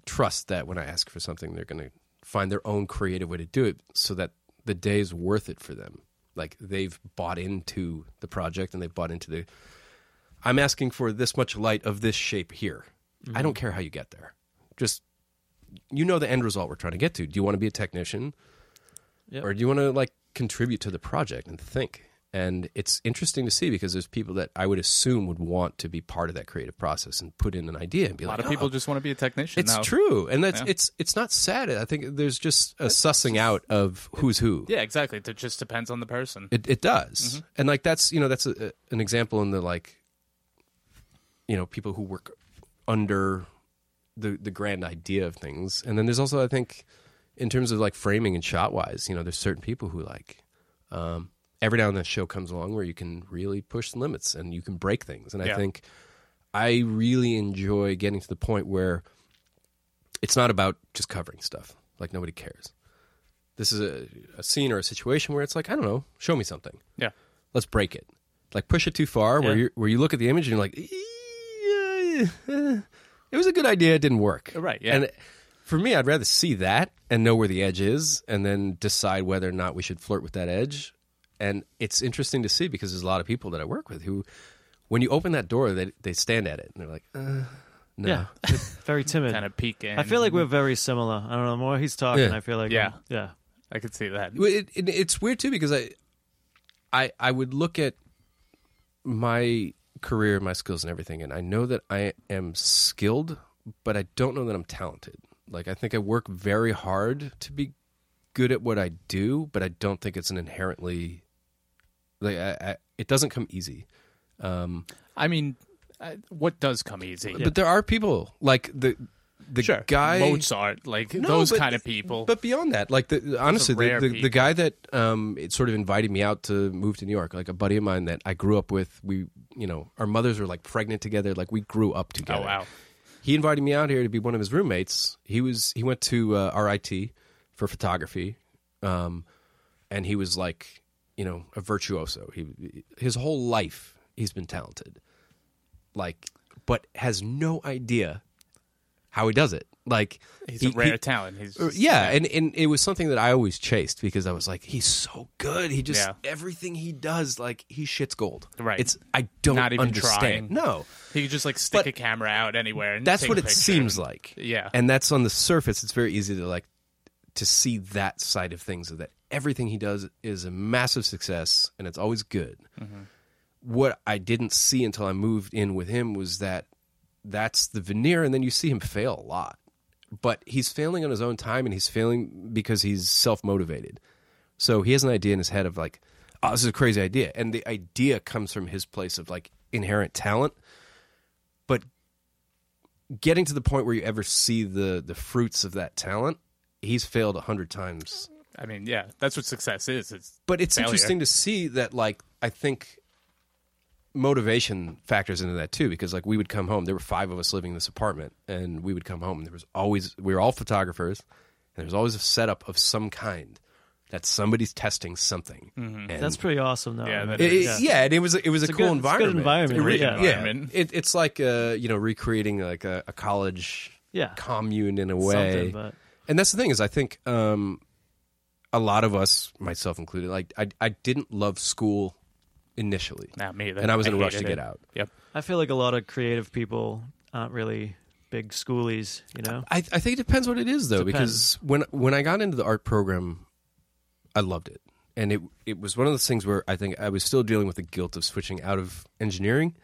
Speaker 1: trust that when I ask for something, they're going to find their own creative way to do it, so that the day's worth it for them. Like they've bought into the project and they've bought into the. I'm asking for this much light of this shape here. I
Speaker 2: Mm-hmm.
Speaker 1: don't care how you get there. Just you know the end result we're trying to get to. Do you want to be a technician?
Speaker 3: Yep.
Speaker 1: or do you want to like contribute to the project and think and it's interesting to see because there's people that i would assume would want to be part of that creative process and put in an idea and be
Speaker 2: a lot
Speaker 1: like
Speaker 2: of people
Speaker 1: "Oh,
Speaker 2: just want to be a technician.
Speaker 1: it's
Speaker 2: now.
Speaker 1: true and that's
Speaker 2: Yeah.
Speaker 1: it's it's not sad i think there's just a sussing out of who's who
Speaker 2: Yeah, Mm-hmm. exactly. It just depends on the person.
Speaker 1: it, it does and like that's you know that's a, a- an example in the like you know people who work under the the grand idea of things and then there's also i think in terms of like framing and shot wise you know there's certain people who like um every now and then a show comes along where you can really push the limits and you can break things and i
Speaker 2: Yeah.
Speaker 1: think i really enjoy getting to the point where it's not about just covering stuff like nobody cares this is a, a scene or a situation where it's like i don't know show me something
Speaker 2: yeah,
Speaker 1: let's break it. Like push it too far where
Speaker 3: Yeah.
Speaker 1: you where you look at the image and you're like, "Eee, uh, eh, it was a good idea, it didn't work.
Speaker 2: Right, yeah.
Speaker 1: And for me, I'd rather see that and know where the edge is, and then decide whether or not we should flirt with that edge. And it's interesting to see because there's a lot of people that I work with who, when you open that door, they they stand at it and they're like, uh, no.
Speaker 3: Yeah. Very timid.
Speaker 2: kind of peek in.
Speaker 3: I feel like we're very similar. I don't know. The more he's talking,
Speaker 1: Yeah.
Speaker 3: I feel like
Speaker 2: Yeah.
Speaker 3: yeah,
Speaker 2: I could see that.
Speaker 1: Well, It, it, it's weird too because I, I, I would look at my career, my skills, and everything, and I know that I am skilled, but I don't know that I'm talented. Like I think I work very hard to be good at what I do, but I don't think it's an inherently like I, I, it doesn't come easy.
Speaker 2: I mean, I, what does come easy?
Speaker 1: But there are people like the the
Speaker 2: Sure,
Speaker 1: guy
Speaker 2: Mozart, like
Speaker 1: No,
Speaker 2: those
Speaker 1: but-
Speaker 2: kind of people.
Speaker 1: But beyond that, like the, honestly, the,
Speaker 2: rare
Speaker 1: the, the
Speaker 2: people.
Speaker 1: guy that um, it sort of invited me out to move to New York, like a buddy of mine that I grew up with. We, you know, our mothers were like pregnant together. Like we grew up together.
Speaker 2: oh wow,
Speaker 1: He invited me out here to be one of his roommates. He was he went to uh, RIT for photography, um, and he was like, you know, a virtuoso. He his whole life he's been talented, like, but has no idea how he does it. Like
Speaker 2: he's
Speaker 1: he-
Speaker 2: a rare
Speaker 1: he-
Speaker 2: talent. He's
Speaker 1: or-
Speaker 2: just-
Speaker 1: yeah, and, and it was something that I always chased because I was like, he's so good. He just
Speaker 2: Yeah.
Speaker 1: everything he does, like he shits gold.
Speaker 2: Right.
Speaker 1: It's I don't
Speaker 2: Not even
Speaker 1: understand.
Speaker 2: trying.
Speaker 1: No,
Speaker 2: He could just like stick
Speaker 1: But
Speaker 2: a camera out anywhere. And
Speaker 1: that's
Speaker 2: take
Speaker 1: what
Speaker 2: a
Speaker 1: it
Speaker 2: picture.
Speaker 1: seems like.
Speaker 2: Yeah.
Speaker 1: and that's on the surface. It's very easy to like to see that side of things. That everything he does is a massive success, and it's always good.
Speaker 2: Mm-hmm.
Speaker 1: What I didn't see until I moved in with him was that that's the veneer, and then you see him fail a lot. but he's failing on his own time and he's failing because he's self motivated. So he has an idea in his head of like, oh, this is a crazy idea. And the idea comes from his place of like inherent talent. But getting to the point where you ever see the the fruits of that talent, he's failed a hundred times.
Speaker 2: I mean, yeah, that's what success is. It's
Speaker 1: But it's
Speaker 2: Failure.
Speaker 1: interesting to see that like I think motivation factors into that too because like we would come home there were five of us living in this apartment and we would come home and there was always we were all photographers and there was always a setup of some kind that somebody's testing something and
Speaker 3: That's pretty awesome, though.
Speaker 2: Yeah,
Speaker 3: I
Speaker 2: that
Speaker 3: mean,
Speaker 1: it- it- yeah. and it was it was
Speaker 3: Mm-hmm. It's
Speaker 1: a
Speaker 3: a
Speaker 1: cool
Speaker 3: good- it's a
Speaker 1: environment
Speaker 3: good environment,
Speaker 1: It's a
Speaker 3: yeah.
Speaker 1: great
Speaker 2: environment.
Speaker 1: It, it's like uh you know recreating like a, a college
Speaker 3: Yeah.
Speaker 1: commune in a
Speaker 3: Something,
Speaker 1: way
Speaker 3: but
Speaker 1: and that's the thing is, I think um, a lot of us, myself included, like I, I didn't love school initially,
Speaker 2: not me. That,
Speaker 1: and I was in a rush to
Speaker 2: hated
Speaker 1: get
Speaker 2: it.
Speaker 1: out.
Speaker 2: Yep.
Speaker 3: I feel like a lot of creative people aren't really big schoolies, you know?
Speaker 1: I, I think it depends what it is though,
Speaker 3: Depends.
Speaker 1: because when when I got into the art program, I loved it, and it it was one of those things where I think I was still dealing with the guilt of switching out of engineering.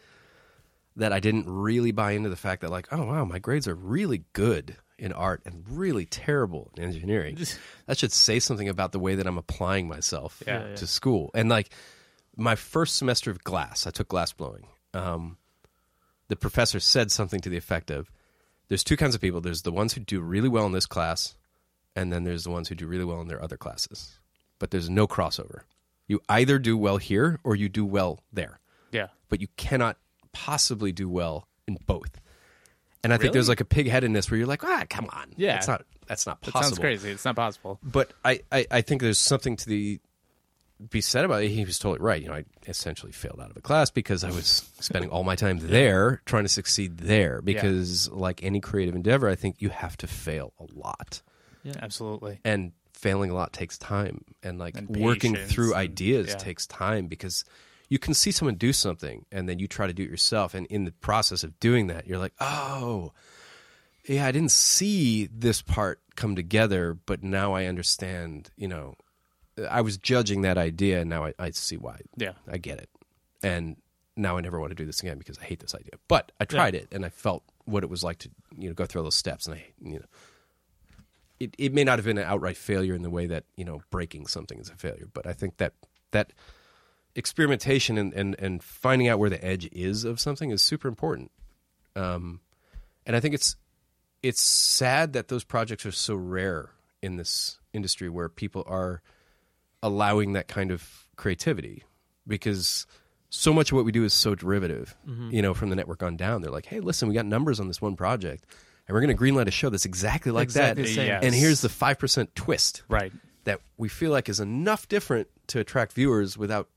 Speaker 1: That I didn't really buy into the fact that like, oh wow, my grades are really good in art and really terrible in engineering. that should say something about the way that I'm applying myself
Speaker 2: Yeah.
Speaker 1: to school. And like my first semester of glass, I took glass blowing. Um, the professor said something to the effect of, "There's two kinds of people. There's the ones who do really well in this class, and then there's the ones who do really well in their other classes. But there's no crossover. You either do well here or you do well there.
Speaker 2: Yeah.
Speaker 1: But you cannot possibly do well in both." And I think there's like a pigheadedness where you're like, ah, come on,
Speaker 2: Yeah.
Speaker 1: that's not that's not
Speaker 2: That
Speaker 1: possible
Speaker 2: sounds crazy. It's not possible.
Speaker 1: but I, I, I think there's something to the be said about it. He was totally right. You know, I essentially failed out of a class because I was spending all my time there trying to succeed there. Because like any creative endeavor, I think you have to fail a lot,
Speaker 2: Absolutely.
Speaker 1: and failing a lot takes time, and like
Speaker 2: And
Speaker 1: working
Speaker 2: patience
Speaker 1: through
Speaker 2: and-
Speaker 1: ideas
Speaker 2: yeah.
Speaker 1: takes time because you can see someone do something and then you try to do it yourself, and in the process of doing that, you're like, oh. Yeah, I didn't see this part come together, but now I understand, you know, I was judging that idea, and now I, I see why.
Speaker 2: Yeah.
Speaker 1: I get it. And now I never want to do this again because I hate this idea. But I tried it, and I felt what it was like to you know go through all those steps, and I you know. It, it may not have been an outright failure in the way that you know breaking something is a failure, but I think that that experimentation and, and, and finding out where the edge is of something is super important. Um, and I think it's it's sad that those projects are so rare in this industry where people are allowing that kind of creativity because so much of what we do is so derivative,
Speaker 3: Mm-hmm.
Speaker 1: you know, from the network on down. They're like, hey, listen, we got numbers on this one project and we're going to greenlight a show that's exactly like
Speaker 3: Exactly
Speaker 1: that.
Speaker 3: the same.
Speaker 2: Yes.
Speaker 1: And here's the 5% twist
Speaker 2: Right.
Speaker 1: that we feel like is enough different to attract viewers without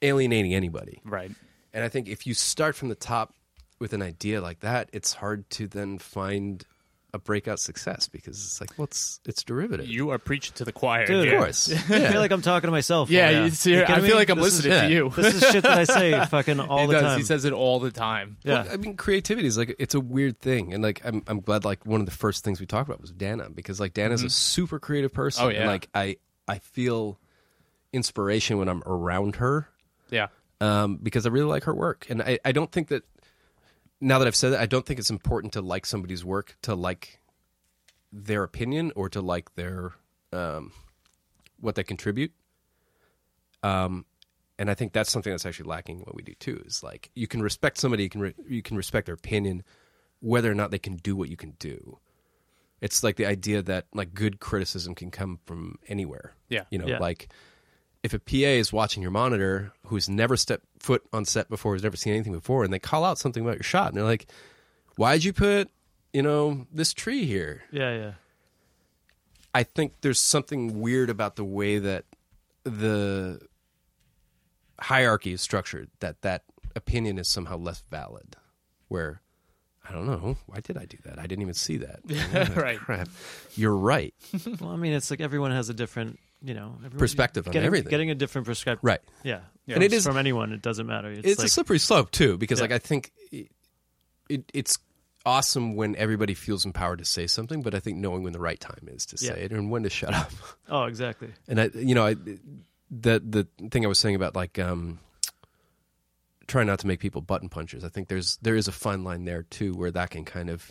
Speaker 1: alienating anybody.
Speaker 2: Right.
Speaker 1: And I think if you start from the top with an idea like that, it's hard to then find a breakout success because it's like, well, it's, it's derivative.
Speaker 2: You are preaching to the choir.
Speaker 3: Dude.
Speaker 1: of course.
Speaker 3: I
Speaker 1: Yeah.
Speaker 3: feel like I'm talking to myself.
Speaker 2: Yeah.
Speaker 3: right now.
Speaker 2: you-
Speaker 3: You
Speaker 2: ser- I
Speaker 3: kidding
Speaker 2: feel
Speaker 3: me?
Speaker 2: like I'm
Speaker 3: This is-
Speaker 2: listening to
Speaker 1: yeah.
Speaker 2: you.
Speaker 3: This is shit that I say fucking all
Speaker 2: he
Speaker 3: the
Speaker 2: does.
Speaker 3: time.
Speaker 2: He says it all the time.
Speaker 3: yeah.
Speaker 1: Well, I mean, creativity is like it's a weird thing, and like I'm I'm glad like one of the first things we talked about was Dana because like Dana's a super creative person.
Speaker 2: Mm-hmm. Oh, yeah.
Speaker 1: and, like I I feel inspiration when I'm around her
Speaker 2: Yeah.
Speaker 1: um, because I really like her work, and I I don't think that now that I've said that I don't think it's important to like somebody's work to like their opinion or to like their um, what they contribute. Um, and I think that's something that's actually lacking in what we do too. Is like you can respect somebody, you can re- you can respect their opinion, whether or not they can do what you can do. It's like the idea that like good criticism can come from anywhere.
Speaker 2: Yeah.
Speaker 1: you know,
Speaker 3: Yeah.
Speaker 1: like if a PA is watching your monitor who's never stepped foot on set before, who's never seen anything before, and they call out something about your shot, and they're like, "Why'd you put you know this tree here?"
Speaker 3: yeah, yeah.
Speaker 1: I think there's something weird about the way that the hierarchy is structured that that opinion is somehow less valid where I don't know why did I do that I didn't even see that
Speaker 2: Right.
Speaker 1: crap you're right
Speaker 3: Well, I mean, it's like everyone has a different, you know, everyone-
Speaker 1: Perspective on
Speaker 3: getting,
Speaker 1: everything.
Speaker 3: Getting a different perspective,
Speaker 1: right
Speaker 3: Yeah,
Speaker 2: Yeah.
Speaker 1: And it
Speaker 3: It's
Speaker 1: is-
Speaker 3: from anyone. It doesn't matter. It's,
Speaker 1: it's,
Speaker 3: like
Speaker 1: a slippery slope too because
Speaker 3: Yeah.
Speaker 1: like I think it, it it's awesome when everybody feels empowered to say something but I think knowing when the right time is to
Speaker 3: Yeah.
Speaker 1: say it and when to shut up
Speaker 3: oh, exactly.
Speaker 1: and I, you know, I, the the thing I was saying about like um, trying not to make people button punchers. I think there's there is a fine line there too, where that can kind of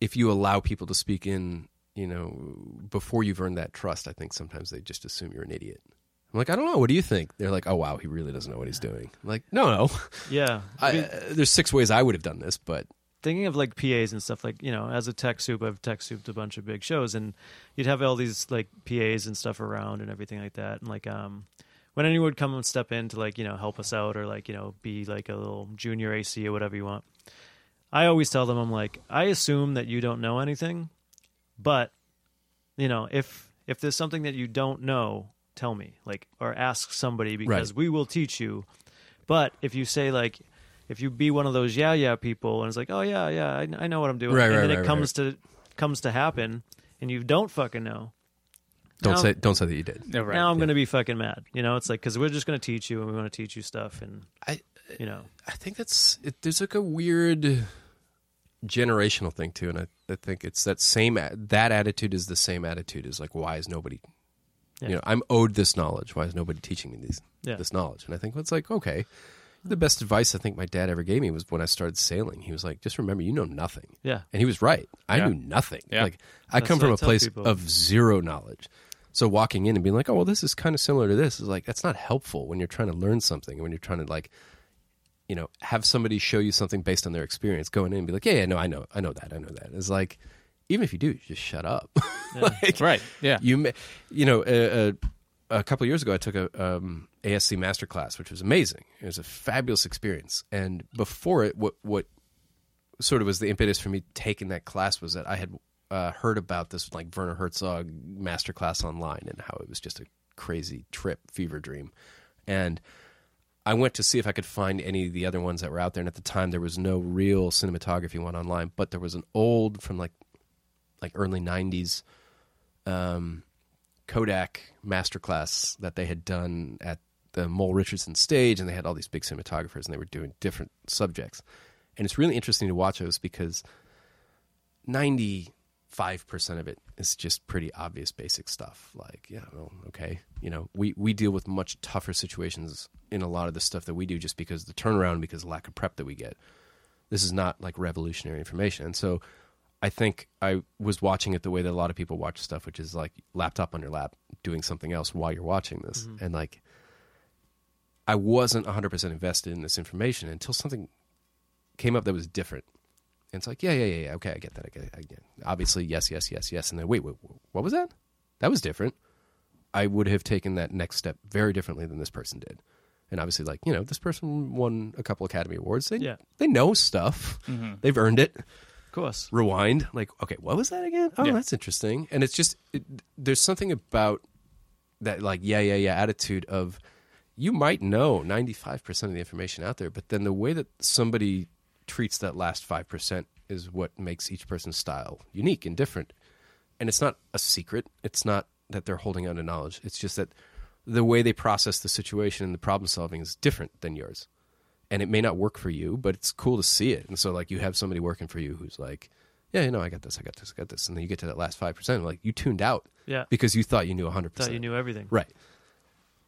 Speaker 1: if you allow people to speak in, you know, before you've earned that trust, I think sometimes they just assume you're an idiot. I'm like, I don't know. What do you think? They're like, oh wow, he really doesn't know what he's doing. I'm like, no, no.
Speaker 3: Yeah. I
Speaker 1: I,
Speaker 3: mean,
Speaker 1: uh, there's six ways I would have done this, but
Speaker 3: thinking of like PAs and stuff like, you know, as a tech soup, I've tech souped a bunch of big shows and you'd have all these like PAs and stuff around and everything like that. And like, um, when anyone would come and step in to like, you know, help us out or like, you know, be like a little junior AC or whatever you want. I always tell them, I'm like, I assume that you don't know anything, but you know, if, if there's something that you don't know, tell me like, or ask somebody because
Speaker 1: Right.
Speaker 3: we will teach you. But if you say like, if you be one of those yeah yeah people and it's like oh yeah yeah I, I know what I'm doing
Speaker 1: Right,
Speaker 3: and
Speaker 1: right,
Speaker 3: then
Speaker 1: right,
Speaker 3: it comes to comes to happen and you don't fucking know
Speaker 1: don't
Speaker 3: No.
Speaker 1: say don't say that you did.
Speaker 2: Never.
Speaker 3: now I'm gonna be fucking mad you know it's like because we're just gonna teach you and we want to teach you stuff and
Speaker 1: I
Speaker 3: you know
Speaker 1: I think that's it, there's like a weird generational thing too, and I, I think it's that same a- that attitude is the same attitude as like why is nobody,
Speaker 3: Yeah.
Speaker 1: you know, I'm owed this knowledge. Why is nobody teaching me these
Speaker 3: Yeah.
Speaker 1: this knowledge? And I think it's like okay, the best advice I think my dad ever gave me was when I started sailing. He was like, just remember, you know nothing.
Speaker 3: yeah
Speaker 1: And he was right. I
Speaker 2: Yeah.
Speaker 1: knew nothing.
Speaker 2: Yeah.
Speaker 1: Like I
Speaker 3: That's
Speaker 1: come
Speaker 3: what
Speaker 1: from
Speaker 3: I
Speaker 1: a
Speaker 3: tell
Speaker 1: place
Speaker 3: people.
Speaker 1: of zero knowledge. So walking in and being like, "Oh, well, this is kind of similar to this," is like that's not helpful when you're trying to learn something and when you're trying to like, you know, have somebody show you something based on their experience. Going in and be like, "Yeah, yeah, no, I know, I know that, I know that." It's like, even if you do, just shut up. Like,
Speaker 2: Right. Yeah.
Speaker 1: you may, you know a, a, a couple of years ago i took a um, asc masterclass which was amazing it was a fabulous experience and before it what what sort of was the impetus for me taking that class was that i had uh, heard about this like werner herzog masterclass online and how it was just a crazy trip fever dream and I went to see if I could find any of the other ones that were out there, and at the time there was no real cinematography one online, but there was an old from like like early '90s um, Kodak masterclass that they had done at the Mole Richardson stage, and they had all these big cinematographers, and they were doing different subjects. And it's really interesting to watch those because ninety-five percent of it is just pretty obvious, basic stuff. Like, yeah, well, okay, you know, we we deal with much tougher situations in a lot of the stuff that we do, just because of the turnaround, because of lack of prep that we get this is not like revolutionary information. And so I think I was watching it the way that a lot of people watch stuff, which is like laptop on your lap doing something else while you're watching this. And like, I wasn't 100% invested in this information until something came up that was different. And it's like, yeah, yeah, yeah, yeah. Okay, I get that. I get it. I get it. Obviously, yes, yes, yes, yes. And then, wait, wait, what was that? That was different. I would have taken that next step very differently than this person did. And obviously, like, you know, this person won a couple Academy Awards. They,
Speaker 3: Yeah.
Speaker 1: they know stuff, they've earned it
Speaker 3: of course
Speaker 1: rewind like okay what was that again oh
Speaker 2: Yeah.
Speaker 1: that's interesting and it's just it, there's something about that like yeah yeah yeah attitude of you might know 95% of the information out there but then the way that somebody treats that last 5% is what makes each person's style unique and different and it's not a secret it's not that they're holding on to knowledge it's just that the way they process the situation and the problem solving is different than yours and it may not work for you, but it's cool to see it. And so like you have somebody working for you who's like, yeah, you know, I got this, I got this, I got this, and then you get to that last five percent, like you tuned out
Speaker 3: yeah
Speaker 1: because you thought you knew hundred
Speaker 3: thought
Speaker 1: percent.
Speaker 3: you knew everything
Speaker 1: right.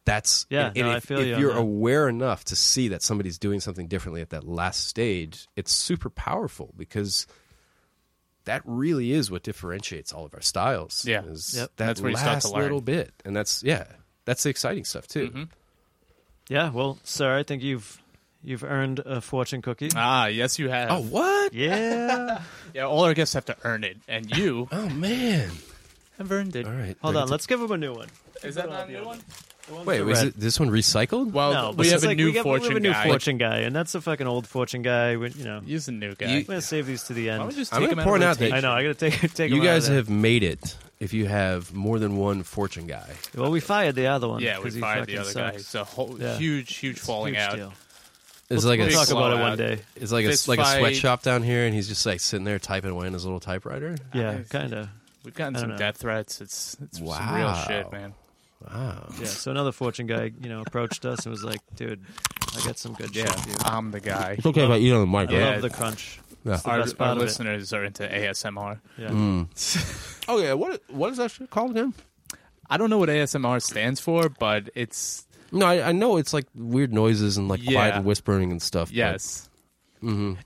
Speaker 1: That's
Speaker 3: Yeah,
Speaker 1: and- and
Speaker 3: no, I
Speaker 1: if,
Speaker 3: feel
Speaker 1: if
Speaker 3: you on
Speaker 1: you're
Speaker 3: that.
Speaker 1: aware enough to see that somebody's doing something differently at that last stage, it's super powerful because that really is what differentiates all of our styles.
Speaker 2: Yeah.
Speaker 1: is
Speaker 3: Yep.
Speaker 1: that
Speaker 2: That's where you
Speaker 1: last
Speaker 2: start to learn.
Speaker 1: little bit, and that's yeah, that's the exciting stuff too.
Speaker 3: Mm-hmm. yeah well sir I think you've you've earned a fortune cookie
Speaker 2: Ah, yes, you have.
Speaker 1: Oh what?
Speaker 3: yeah
Speaker 2: Yeah, all our guests have to earn it, and you
Speaker 1: Oh man!
Speaker 2: have earned it.
Speaker 1: All
Speaker 2: Is
Speaker 1: right,
Speaker 3: hold
Speaker 1: they're
Speaker 3: on let's give him a new one
Speaker 2: that not a new one?
Speaker 1: Wait,
Speaker 3: was
Speaker 1: was
Speaker 3: red.
Speaker 1: it this one recycled?
Speaker 2: Well,
Speaker 3: no
Speaker 2: Oh, we
Speaker 3: this
Speaker 2: have
Speaker 3: is
Speaker 2: a
Speaker 3: like-
Speaker 2: new
Speaker 3: we have-
Speaker 2: fortune
Speaker 3: we have a new
Speaker 2: guy.
Speaker 3: fortune guy and that's a fucking old fortune guy we, you know
Speaker 2: He's a new guy.
Speaker 1: You-
Speaker 3: I'm gonna save these to the end
Speaker 2: Why don't we just
Speaker 1: I'm
Speaker 2: take
Speaker 1: gonna
Speaker 2: him out
Speaker 1: point
Speaker 2: of
Speaker 1: out that-
Speaker 3: I know. I gotta take take.
Speaker 1: you
Speaker 3: him out of
Speaker 1: guys
Speaker 3: there.
Speaker 1: have made it if you have more than one fortune guy.
Speaker 3: Well, we fired the other one.
Speaker 2: Yeah, we
Speaker 3: 'cause he
Speaker 2: fired the
Speaker 3: fucking
Speaker 2: other guy.
Speaker 3: sucks.
Speaker 2: It's a whole,
Speaker 3: Yeah.
Speaker 2: huge, huge falling
Speaker 3: Huge
Speaker 2: out.
Speaker 3: deal.
Speaker 1: It's like
Speaker 3: We'll
Speaker 1: a
Speaker 3: talk about it one
Speaker 2: blowout.
Speaker 3: day.
Speaker 1: it's like a
Speaker 2: Fist
Speaker 1: like a
Speaker 2: fight.
Speaker 1: sweatshop down here, and he's just like sitting there typing away on his little typewriter.
Speaker 3: Yeah, kind of.
Speaker 2: We've gotten
Speaker 3: I don't
Speaker 2: some
Speaker 3: know.
Speaker 2: death threats. It's, it's some real
Speaker 1: Wow.
Speaker 2: shit, man.
Speaker 1: Wow,
Speaker 3: Yeah. So another fortune guy, you know, approached us and was like, "Dude, I got some good shit for you.
Speaker 2: I'm the guy.
Speaker 1: it's okay if I eat on the mic.
Speaker 3: I
Speaker 2: Yeah.
Speaker 3: love the crunch."
Speaker 1: right?
Speaker 3: the
Speaker 2: Our,
Speaker 3: best part
Speaker 2: our
Speaker 3: of it.
Speaker 2: listeners are into ASMR.
Speaker 3: Yeah.
Speaker 1: Mm. Oh yeah, what what is that shit called again?
Speaker 2: I don't know what ASMR stands for, but it's
Speaker 1: No, I, I know it's like weird noises and like
Speaker 2: Yeah.
Speaker 1: quiet and whispering and stuff. but-
Speaker 2: yes,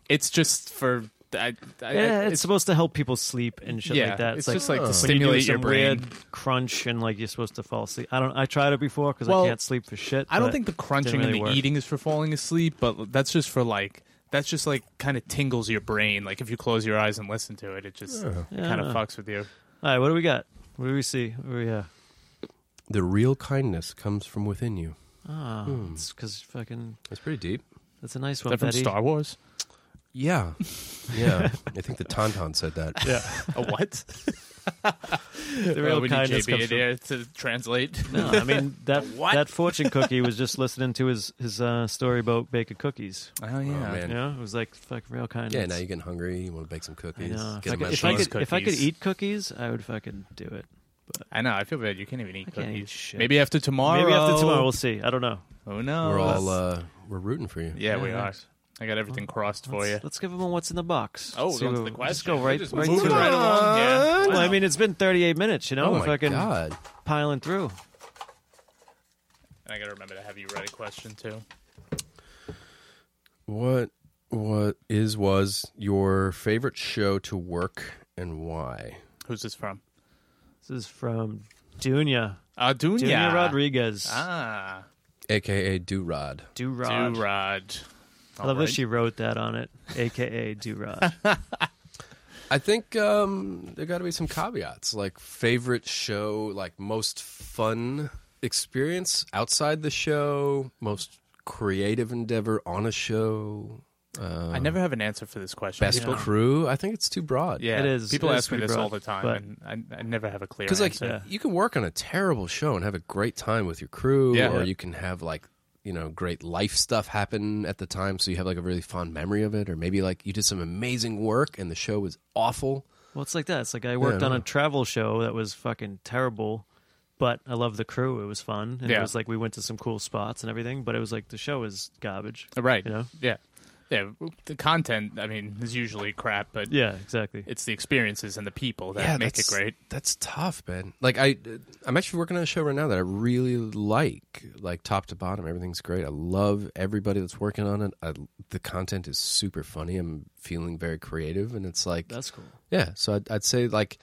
Speaker 2: it's just for I, I,
Speaker 3: Yeah, it's,
Speaker 2: it's
Speaker 3: supposed to help people sleep and shit
Speaker 2: yeah,
Speaker 3: like that.
Speaker 2: it's
Speaker 3: like,
Speaker 2: just like to
Speaker 3: when
Speaker 2: stimulate
Speaker 3: you do
Speaker 2: your
Speaker 3: some
Speaker 2: brain.
Speaker 3: weird crunch and like you're supposed to fall asleep. I don't. I tried it before because
Speaker 2: Well,
Speaker 3: I can't sleep for shit.
Speaker 2: I don't
Speaker 3: but
Speaker 2: think the
Speaker 3: it didn't
Speaker 2: crunching
Speaker 3: really
Speaker 2: and the
Speaker 3: work.
Speaker 2: eating is for falling asleep, but that's just for like that's just like kind of tingles your brain. Like if you close your eyes and listen to it, it just kind
Speaker 3: Yeah.
Speaker 2: of fucks with you.
Speaker 3: All right, what do we got? What do we see? What do we have?
Speaker 1: The real kindness comes from within you.
Speaker 3: Ah,
Speaker 1: Hmm.
Speaker 3: it's because fucking.
Speaker 1: That's pretty deep.
Speaker 3: That's a nice
Speaker 2: Is
Speaker 3: one,
Speaker 2: that from
Speaker 3: Betty.
Speaker 2: Star Wars?
Speaker 1: Yeah, yeah. I think the Tauntaun said that.
Speaker 2: Yeah. A what?
Speaker 3: The real
Speaker 2: we need
Speaker 3: kindness
Speaker 2: JB
Speaker 3: comes
Speaker 2: in
Speaker 3: from-
Speaker 2: here to translate.
Speaker 3: No, I mean that that fortune cookie was just listening to his his uh, story about baking cookies.
Speaker 2: Oh
Speaker 1: Oh, man.
Speaker 3: You know, it was like fuck real kindness.
Speaker 1: Yeah, now you're getting hungry. You want to bake some
Speaker 3: I
Speaker 1: cookies.
Speaker 3: know. If
Speaker 1: Get
Speaker 3: I,
Speaker 1: a
Speaker 3: could,
Speaker 1: machine.
Speaker 3: if, I could,
Speaker 2: Cookies.
Speaker 3: if I could eat cookies, I would fucking do it.
Speaker 2: I know. I feel bad. You can't even eat
Speaker 3: I can't
Speaker 2: cookies.
Speaker 3: eat shit.
Speaker 2: Maybe after tomorrow.
Speaker 3: Maybe after tomorrow, we'll see. I don't know.
Speaker 2: Oh no.
Speaker 1: We're all
Speaker 2: That's-
Speaker 1: uh, we're rooting for you.
Speaker 2: yeah, we
Speaker 3: Yeah,
Speaker 2: are.
Speaker 3: thanks.
Speaker 2: I got everything crossed for
Speaker 3: let's,
Speaker 2: you.
Speaker 3: Let's give him a what's in the box.
Speaker 2: Oh,
Speaker 3: See
Speaker 2: that was
Speaker 3: what-
Speaker 2: the
Speaker 3: Let's
Speaker 2: question.
Speaker 3: go right,
Speaker 2: Just
Speaker 3: right
Speaker 2: moving
Speaker 3: to
Speaker 2: right
Speaker 3: it.
Speaker 2: along. Yeah.
Speaker 3: Well, I mean, it's been 38 minutes. You know,
Speaker 1: Oh
Speaker 3: we're
Speaker 1: my
Speaker 3: fucking
Speaker 1: god!
Speaker 3: piling through.
Speaker 2: And I got to remember to have you write a question too.
Speaker 1: What what is was your favorite show to work and why?
Speaker 2: Who's this from?
Speaker 3: This is from Dunya.
Speaker 2: Uh, Dunya.
Speaker 3: Dunya Rodriguez.
Speaker 2: Ah,
Speaker 1: AKA Durod.
Speaker 3: Do Rod.
Speaker 2: Durod.
Speaker 3: I love
Speaker 2: All right.
Speaker 3: that she wrote that on it, aka Do Rod.
Speaker 1: I think um, there got to be some caveats, like favorite show, like most fun experience outside the show, most creative endeavor on a show, uh,
Speaker 2: I never have an answer for this question.
Speaker 1: best
Speaker 2: People-
Speaker 1: crew. I think it's too broad.
Speaker 2: Yeah,
Speaker 3: It is-
Speaker 2: People
Speaker 3: it is
Speaker 2: ask me
Speaker 3: pretty
Speaker 2: this
Speaker 3: broad,
Speaker 2: all the time,
Speaker 3: but-
Speaker 2: and I, I never have a clear
Speaker 1: because like
Speaker 2: answer.
Speaker 1: you can work on a terrible show and have a great time with your crew
Speaker 2: Yeah.
Speaker 1: or you can have like you know great life stuff happen at the time so you have like a really fond memory of it or maybe like you did some amazing work and the show was awful
Speaker 3: Well, it's like that. It's like I worked
Speaker 1: Yeah,
Speaker 3: on
Speaker 1: no.
Speaker 3: a travel show that was fucking terrible, but I love the crew. It was fun, and
Speaker 2: Yeah.
Speaker 3: it was like we went to some cool spots and everything. But it was like the show is garbage.
Speaker 2: right?
Speaker 3: You know?
Speaker 2: Yeah, yeah. The content, I mean, is usually crap, but
Speaker 3: Yeah, exactly.
Speaker 2: it's the experiences and the people that make it
Speaker 1: that's-
Speaker 2: great.
Speaker 1: that's tough man like i i'm actually working on a show right now that i really like like top to bottom everything's great i love everybody that's working on it I, the content is super funny i'm feeling very creative and it's like
Speaker 3: That's cool.
Speaker 1: Yeah, so I'd, I'd say like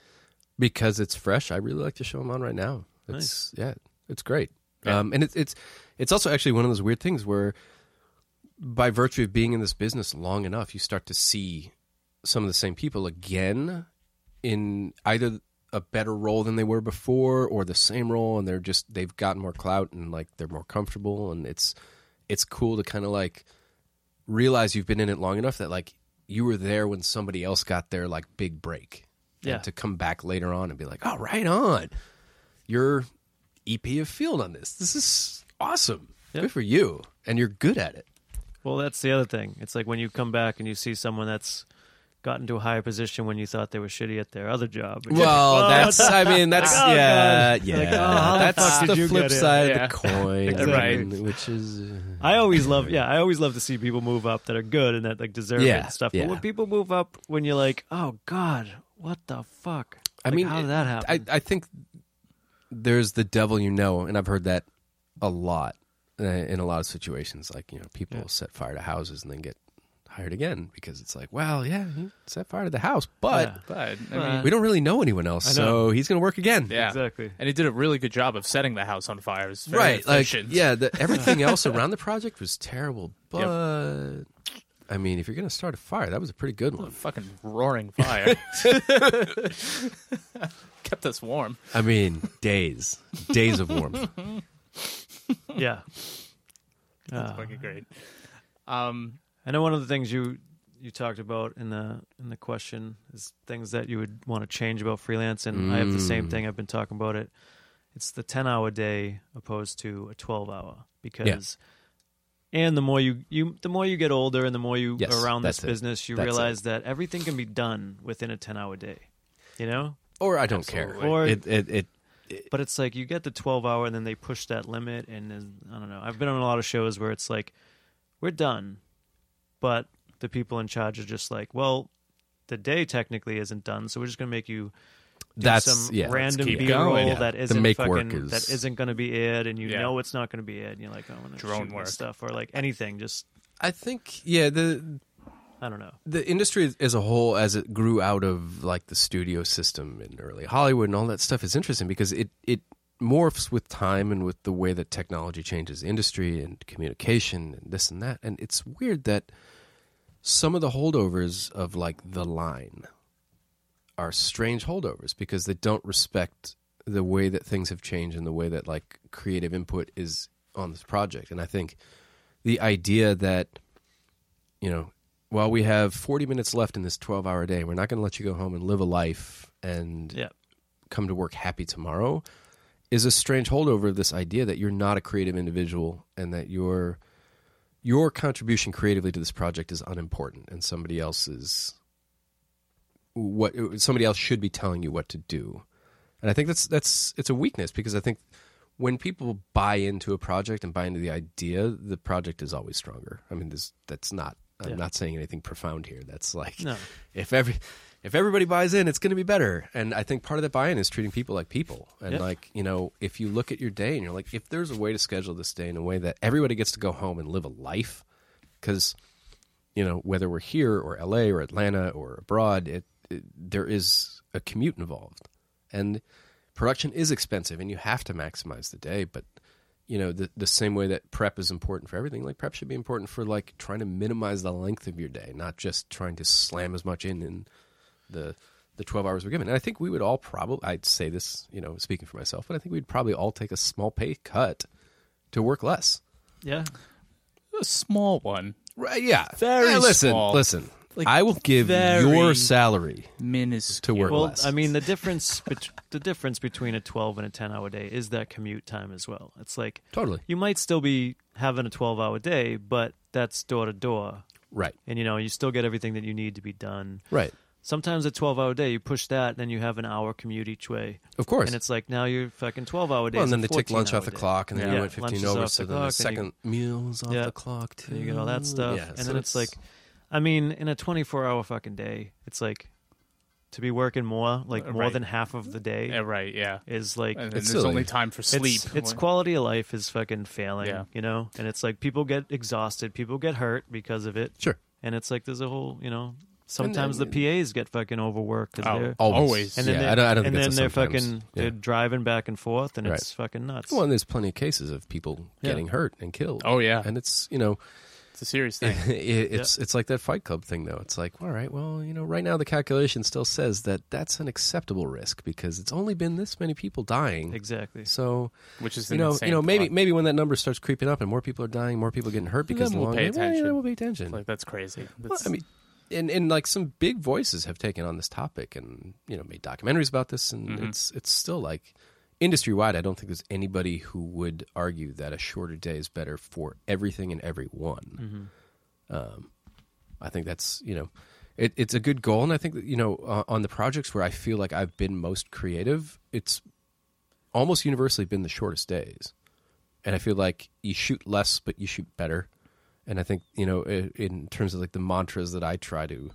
Speaker 1: because it's fresh, I really like the show I'm on right now. It's yeah, it's great.
Speaker 2: Yeah.
Speaker 1: Um, and it's it's it's also actually one of those weird things where by virtue of being in this business long enough, you start to see some of the same people again in either a better role than they were before or the same role and they're just they've gotten more clout and like they're more comfortable and it's it's cool to kind of like realize you've been in it long enough that like you were there when somebody else got their like big break. And
Speaker 3: Yeah.
Speaker 1: to come back later on and be like, "Oh, right on. You're EP of field on this. This is awesome. Good for you. And you're good at it."
Speaker 3: Well, that's the other thing. It's like when you come back and you see someone that's gotten to a higher position when you thought they were shitty at their other job. It's like,
Speaker 1: Well, that's I mean that's
Speaker 3: Like, oh,
Speaker 1: yeah,
Speaker 3: God.
Speaker 1: yeah.
Speaker 3: Like, oh, how the fuck
Speaker 1: that's
Speaker 3: did
Speaker 1: the,
Speaker 3: you
Speaker 1: flip
Speaker 3: get in?
Speaker 1: side
Speaker 2: Yeah.
Speaker 1: of the coin,
Speaker 2: Exactly.
Speaker 1: and- which is uh,
Speaker 3: I always love, yeah, I always love to see people move up that are good and that like deserve it
Speaker 1: Yeah,
Speaker 3: and stuff.
Speaker 1: yeah.
Speaker 3: But when people move up, when you're like, oh god, what the fuck?
Speaker 1: I
Speaker 3: Like,
Speaker 1: mean,
Speaker 3: how did that happen?
Speaker 1: I I think there's the devil you know, and I've heard that a lot uh, in a lot of situations. Like you know, people set fire to houses and then get hired again because it's like, well, yeah, he set fire to the house, but
Speaker 3: Yeah.
Speaker 2: But I
Speaker 3: But-
Speaker 2: mean,
Speaker 1: we don't really know anyone else,
Speaker 3: I know.
Speaker 1: so he's gonna work again.
Speaker 2: yeah,
Speaker 3: Exactly.
Speaker 2: And he did a really good job of setting the house on fire. It was very
Speaker 1: right like
Speaker 2: efficient.
Speaker 1: yeah the, everything else around the project was terrible but i mean if you're gonna start a fire that was a pretty good one
Speaker 2: fucking roaring fire. Kept us warm.
Speaker 1: i mean days days of warmth
Speaker 3: Yeah. Ah.
Speaker 2: That's fucking great. Um,
Speaker 3: I know one of the things you you talked about in the in the question is things that you would want to change about freelance, and I have the
Speaker 1: Mm.
Speaker 3: same thing. I've been talking about it. It's the ten hour day opposed to a twelve hour because. And the more you, you the more you get older and the more you
Speaker 1: Yes,
Speaker 3: around this
Speaker 1: that's it.
Speaker 3: business, you
Speaker 1: That's it.
Speaker 3: realize that everything can be done within a ten hour day. You know?
Speaker 1: or i don't care
Speaker 2: Absolutely.
Speaker 3: Or-
Speaker 1: it, it, it
Speaker 3: But it's like you get the 12 hour and then they push that limit. And then, I don't know. I've been on a lot of shows where it's like, we're done. But the people in charge are just like, well, the day technically isn't done. So we're just going to make you do
Speaker 1: that's
Speaker 3: some
Speaker 1: yeah
Speaker 3: random
Speaker 2: keep
Speaker 3: B roll
Speaker 2: going.
Speaker 3: that
Speaker 1: Yeah. The
Speaker 3: isn't
Speaker 1: make
Speaker 3: fucking,
Speaker 1: work is-
Speaker 3: that isn't going to be aired. And you
Speaker 2: Yeah.
Speaker 3: know it's not going to be aired. And you're like, I want to
Speaker 2: Drone
Speaker 3: shoot
Speaker 2: work.
Speaker 3: this stuff or like anything. Just,
Speaker 1: i think yeah the
Speaker 3: I don't know.
Speaker 1: the industry as a whole as it grew out of like the studio system in early hollywood and all that stuff is interesting because it it morphs with time and with the way that technology changes industry and communication and this and that and it's weird that some of the holdovers of like the line are strange holdovers because they don't respect the way that things have changed and the way that like creative input is on this project and i think the idea that you know, while we have 40 minutes left in this 12 hour day, we're not going to let you go home and live a life and
Speaker 3: Yeah.
Speaker 1: come to work happy tomorrow is a strange holdover of this idea that you're not a creative individual and that your your contribution creatively to this project is unimportant and somebody else's what somebody else should be telling you what to do. And I think that's that's it's a weakness because I think when people buy into a project and buy into the idea, the project is always stronger. I mean, this that's not I'm
Speaker 3: Yeah.
Speaker 1: not saying anything profound here. That's like
Speaker 3: No.
Speaker 1: if every if everybody buys in, it's going to be better. And I think part of that buy-in is treating people like people. And
Speaker 3: Yeah.
Speaker 1: like you know, if you look at your day and you're like, if there's a way to schedule this day in a way that everybody gets to go home and live a life, because you know whether we're here or LA or Atlanta or abroad, it, it there is a commute involved, and production is expensive, and you have to maximize the day, but you know the the same way that prep is important for everything like prep should be important for like trying to minimize the length of your day not just trying to slam as much in in the the 12 hours we're given and i think we would all probably i'd say this you know speaking for myself but i think we'd probably all take a small pay cut to work less
Speaker 3: Yeah.
Speaker 2: A small one.
Speaker 1: right yeah
Speaker 2: Very
Speaker 1: Yeah, listen
Speaker 2: small.
Speaker 1: listen
Speaker 2: Like,
Speaker 1: i will give
Speaker 2: very-
Speaker 1: your salary to
Speaker 2: Minuscule.
Speaker 1: work
Speaker 3: Well,
Speaker 1: less
Speaker 3: I mean, the difference bet- the difference between a 12 and a 10 hour day is that commute time as well. It's like
Speaker 1: totally
Speaker 3: you might still be having a 12 hour day, but that's door to door.
Speaker 1: right
Speaker 3: And you know, you still get everything that you need to be done.
Speaker 1: right
Speaker 3: Sometimes a 12 hour day, you push that, then you have an hour commute each way.
Speaker 1: of course
Speaker 3: And it's like now you're fucking 12 hour days.
Speaker 1: well, and then
Speaker 3: and
Speaker 1: they take lunch
Speaker 3: 14
Speaker 1: off
Speaker 3: hour
Speaker 1: the
Speaker 3: days.
Speaker 1: clock, and then
Speaker 2: Yeah.
Speaker 1: you went 15
Speaker 3: Lunch is
Speaker 1: over,
Speaker 3: off
Speaker 1: so
Speaker 3: the
Speaker 1: then the
Speaker 3: clock, and you-
Speaker 1: second meal's off
Speaker 3: Yeah.
Speaker 1: the clock, too.
Speaker 3: So you get all that stuff.
Speaker 1: Yeah,
Speaker 3: and
Speaker 1: so
Speaker 3: then it's like, I mean, in a 24 hour fucking day, it's like to be working more, like
Speaker 2: Uh,
Speaker 3: more
Speaker 2: right.
Speaker 3: than half of the day
Speaker 2: Yeah, right, yeah.
Speaker 3: is like.
Speaker 2: And then
Speaker 1: It's
Speaker 2: there's
Speaker 1: silly.
Speaker 2: only time for sleep.
Speaker 3: It's, it's quality of life is fucking failing,
Speaker 2: Yeah.
Speaker 3: you know? And it's like people get exhausted, people get hurt because of it.
Speaker 1: Sure.
Speaker 3: And it's like there's a whole, you know, sometimes
Speaker 1: and-
Speaker 3: the PAs get fucking overworked because
Speaker 2: Oh.
Speaker 3: they're.
Speaker 1: Always.
Speaker 2: Always.
Speaker 3: And then
Speaker 1: yeah,
Speaker 3: they're,
Speaker 1: I don't, I don't
Speaker 3: and
Speaker 1: think
Speaker 3: then
Speaker 1: that's a
Speaker 3: they're
Speaker 1: sometimes.
Speaker 3: fucking
Speaker 1: Yeah.
Speaker 3: they're driving back and forth, and
Speaker 1: Right.
Speaker 3: it's fucking nuts.
Speaker 1: Well, and there's plenty of cases of people
Speaker 3: Yeah.
Speaker 1: getting hurt and killed.
Speaker 2: Oh, yeah.
Speaker 1: and it's you know,
Speaker 2: it's a serious
Speaker 1: it,
Speaker 2: thing.
Speaker 1: it's it's like that Fight Club thing though. It's like, all right, well, you know, right now the calculation still says that that's an acceptable risk because it's only been this many people dying.
Speaker 3: exactly.
Speaker 1: So
Speaker 2: Which is
Speaker 1: you know,
Speaker 2: insane
Speaker 1: you know, maybe
Speaker 2: thought.
Speaker 1: maybe when that number starts creeping up and more people are dying, more people are getting hurt because
Speaker 2: Then
Speaker 1: of
Speaker 2: we'll
Speaker 1: the
Speaker 2: pay
Speaker 1: long- Well, yeah,
Speaker 2: attention.
Speaker 1: then we'll pay attention.
Speaker 2: like that's crazy.
Speaker 1: Well,
Speaker 2: That's-
Speaker 1: I mean, and and like some big voices have taken on this topic and you know made documentaries about this, and it's it's still like industry wide. I don't think there's anybody who would argue that a shorter day is better for everything and everyone. Um, I think that's you know. It, it's a good goal, and I think that, you know uh, on the projects where I feel like I've been most creative, it's almost universally been the shortest days. And I feel like you shoot less, but you shoot better. And I think, you know, i- in terms of like the mantras that I try to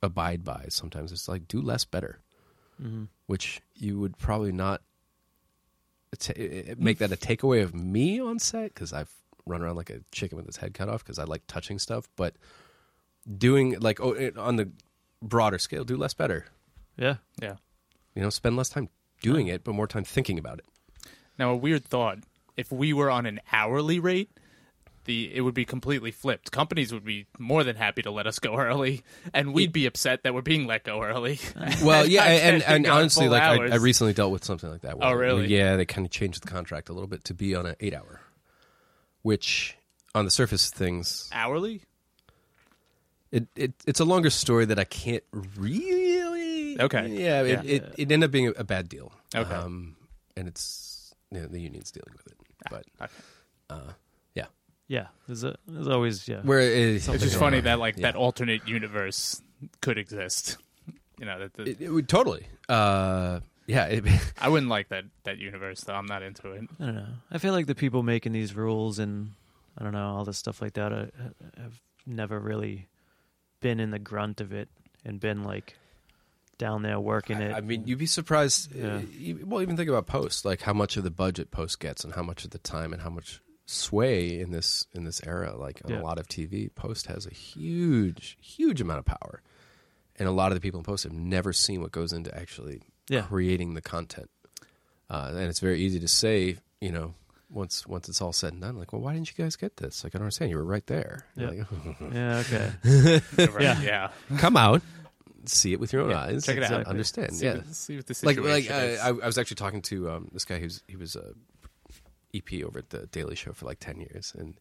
Speaker 1: abide by, sometimes it's like do less better, which you would probably not ta- i- i- make that a takeaway of me on set because I've run around like a chicken with its head cut off because I like touching stuff. But doing like oh, it- on the broader scale, do less better.
Speaker 3: Yeah.
Speaker 2: yeah.
Speaker 1: You know, spend less time doing it, but more time thinking about it.
Speaker 2: Now, a weird thought: if we were on an hourly rate, the it would be completely flipped. Companies would be more than happy to let us go early, and we'd be upset that we're being let go early.
Speaker 1: Well, yeah,
Speaker 2: I
Speaker 1: and,
Speaker 2: can't
Speaker 1: and
Speaker 2: go on
Speaker 1: honestly,
Speaker 2: full
Speaker 1: like I, I
Speaker 2: hours.
Speaker 1: recently dealt with something like that.
Speaker 2: Oh, really?
Speaker 1: Yeah, they kind of changed the contract a little bit to be on an eight hour, which on the surface of things,
Speaker 2: hourly?
Speaker 1: it, it it's a longer story that I can't really.
Speaker 2: Okay.
Speaker 1: Yeah, it
Speaker 2: Yeah.
Speaker 1: it, it ended up being a, a bad deal.
Speaker 2: Okay.
Speaker 1: um, and it's you know, the union's dealing with it, but
Speaker 2: okay.
Speaker 1: uh, yeah,
Speaker 3: Yeah. There's, a, there's always, yeah.
Speaker 1: where it,
Speaker 2: It's
Speaker 1: something
Speaker 2: just
Speaker 1: going
Speaker 2: funny
Speaker 1: on.
Speaker 2: that like
Speaker 1: Yeah.
Speaker 2: that alternate universe could exist. You know, that, that
Speaker 1: it, it would totally. Uh, yeah, it,
Speaker 2: I wouldn't like that that universe though. I'm not into it.
Speaker 3: I don't know. I feel like the people making these rules and I don't know all this stuff like that uh, have never really been in the grunt of it and been like down there working it.
Speaker 1: I, I mean, you'd be surprised.
Speaker 3: Yeah.
Speaker 1: uh, e- well, even think about Post, like how much of the budget Post gets, and how much of the time, and how much sway in this in this era. Like on
Speaker 3: Yeah.
Speaker 1: a lot of TV, Post has a huge huge amount of power, and a lot of the people in Post have never seen what goes into actually
Speaker 3: Yeah.
Speaker 1: creating the content. Uh, and it's very easy to say, you know, once once it's all said and done, like, well, why didn't you guys get this? Like, I don't understand. You were right there.
Speaker 3: Yeah.
Speaker 1: Like,
Speaker 3: Yeah, okay.
Speaker 2: Right,
Speaker 3: Yeah.
Speaker 2: yeah.
Speaker 1: come out, see it with your own
Speaker 2: Yeah,
Speaker 1: eyes,
Speaker 2: check it out.
Speaker 1: Exactly. understand.
Speaker 2: See,
Speaker 1: yeah,
Speaker 2: what, see what the
Speaker 1: like
Speaker 2: situation
Speaker 1: like uh,
Speaker 2: is.
Speaker 1: I, I was actually talking to um, this guy who's he was a EP over at the Daily Show for like ten years, and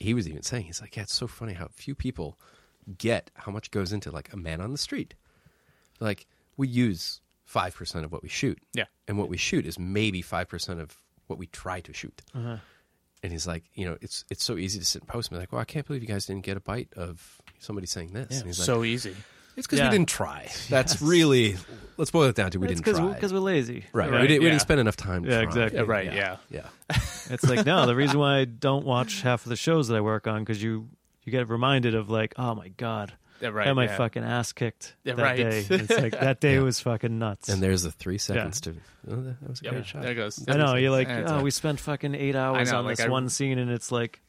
Speaker 1: he was even saying he's like, yeah, it's so funny how few people get how much goes into like a man on the street. Like we use five percent of what we shoot,
Speaker 2: Yeah.
Speaker 1: and what we shoot is maybe five percent of what we try to shoot.
Speaker 3: Uh-huh.
Speaker 1: And he's like, you know, it's it's so easy to sit and post and be like, well, I can't believe you guys didn't get a bite of somebody saying this. and he's like,
Speaker 2: so easy.
Speaker 1: it's because
Speaker 3: Yeah.
Speaker 1: we didn't try. That's really let's boil it down to we
Speaker 3: It's
Speaker 1: didn't try.
Speaker 3: because we're lazy.
Speaker 1: right.
Speaker 2: Right,
Speaker 1: we, did, we
Speaker 2: yeah.
Speaker 1: didn't spend enough time.
Speaker 3: Yeah,
Speaker 1: trying.
Speaker 3: exactly.
Speaker 2: Yeah, right, yeah.
Speaker 1: yeah.
Speaker 3: It's like no, the reason why I don't watch half of the shows that I work on because you you get reminded of like, oh my god,
Speaker 2: Yeah, right,
Speaker 3: I had my
Speaker 2: yeah.
Speaker 3: fucking ass kicked
Speaker 2: Yeah,
Speaker 3: that
Speaker 2: right.
Speaker 3: day. It's like that day was fucking nuts.
Speaker 1: And there's the three seconds to. Oh, that that was a
Speaker 2: Yep.
Speaker 1: great shot.
Speaker 2: There it goes.
Speaker 3: I know you're like,
Speaker 2: Yeah, it's
Speaker 3: oh,
Speaker 2: like-
Speaker 3: we spent fucking eight hours
Speaker 2: know,
Speaker 3: on
Speaker 2: like,
Speaker 3: this
Speaker 2: I-
Speaker 3: one scene, and it's like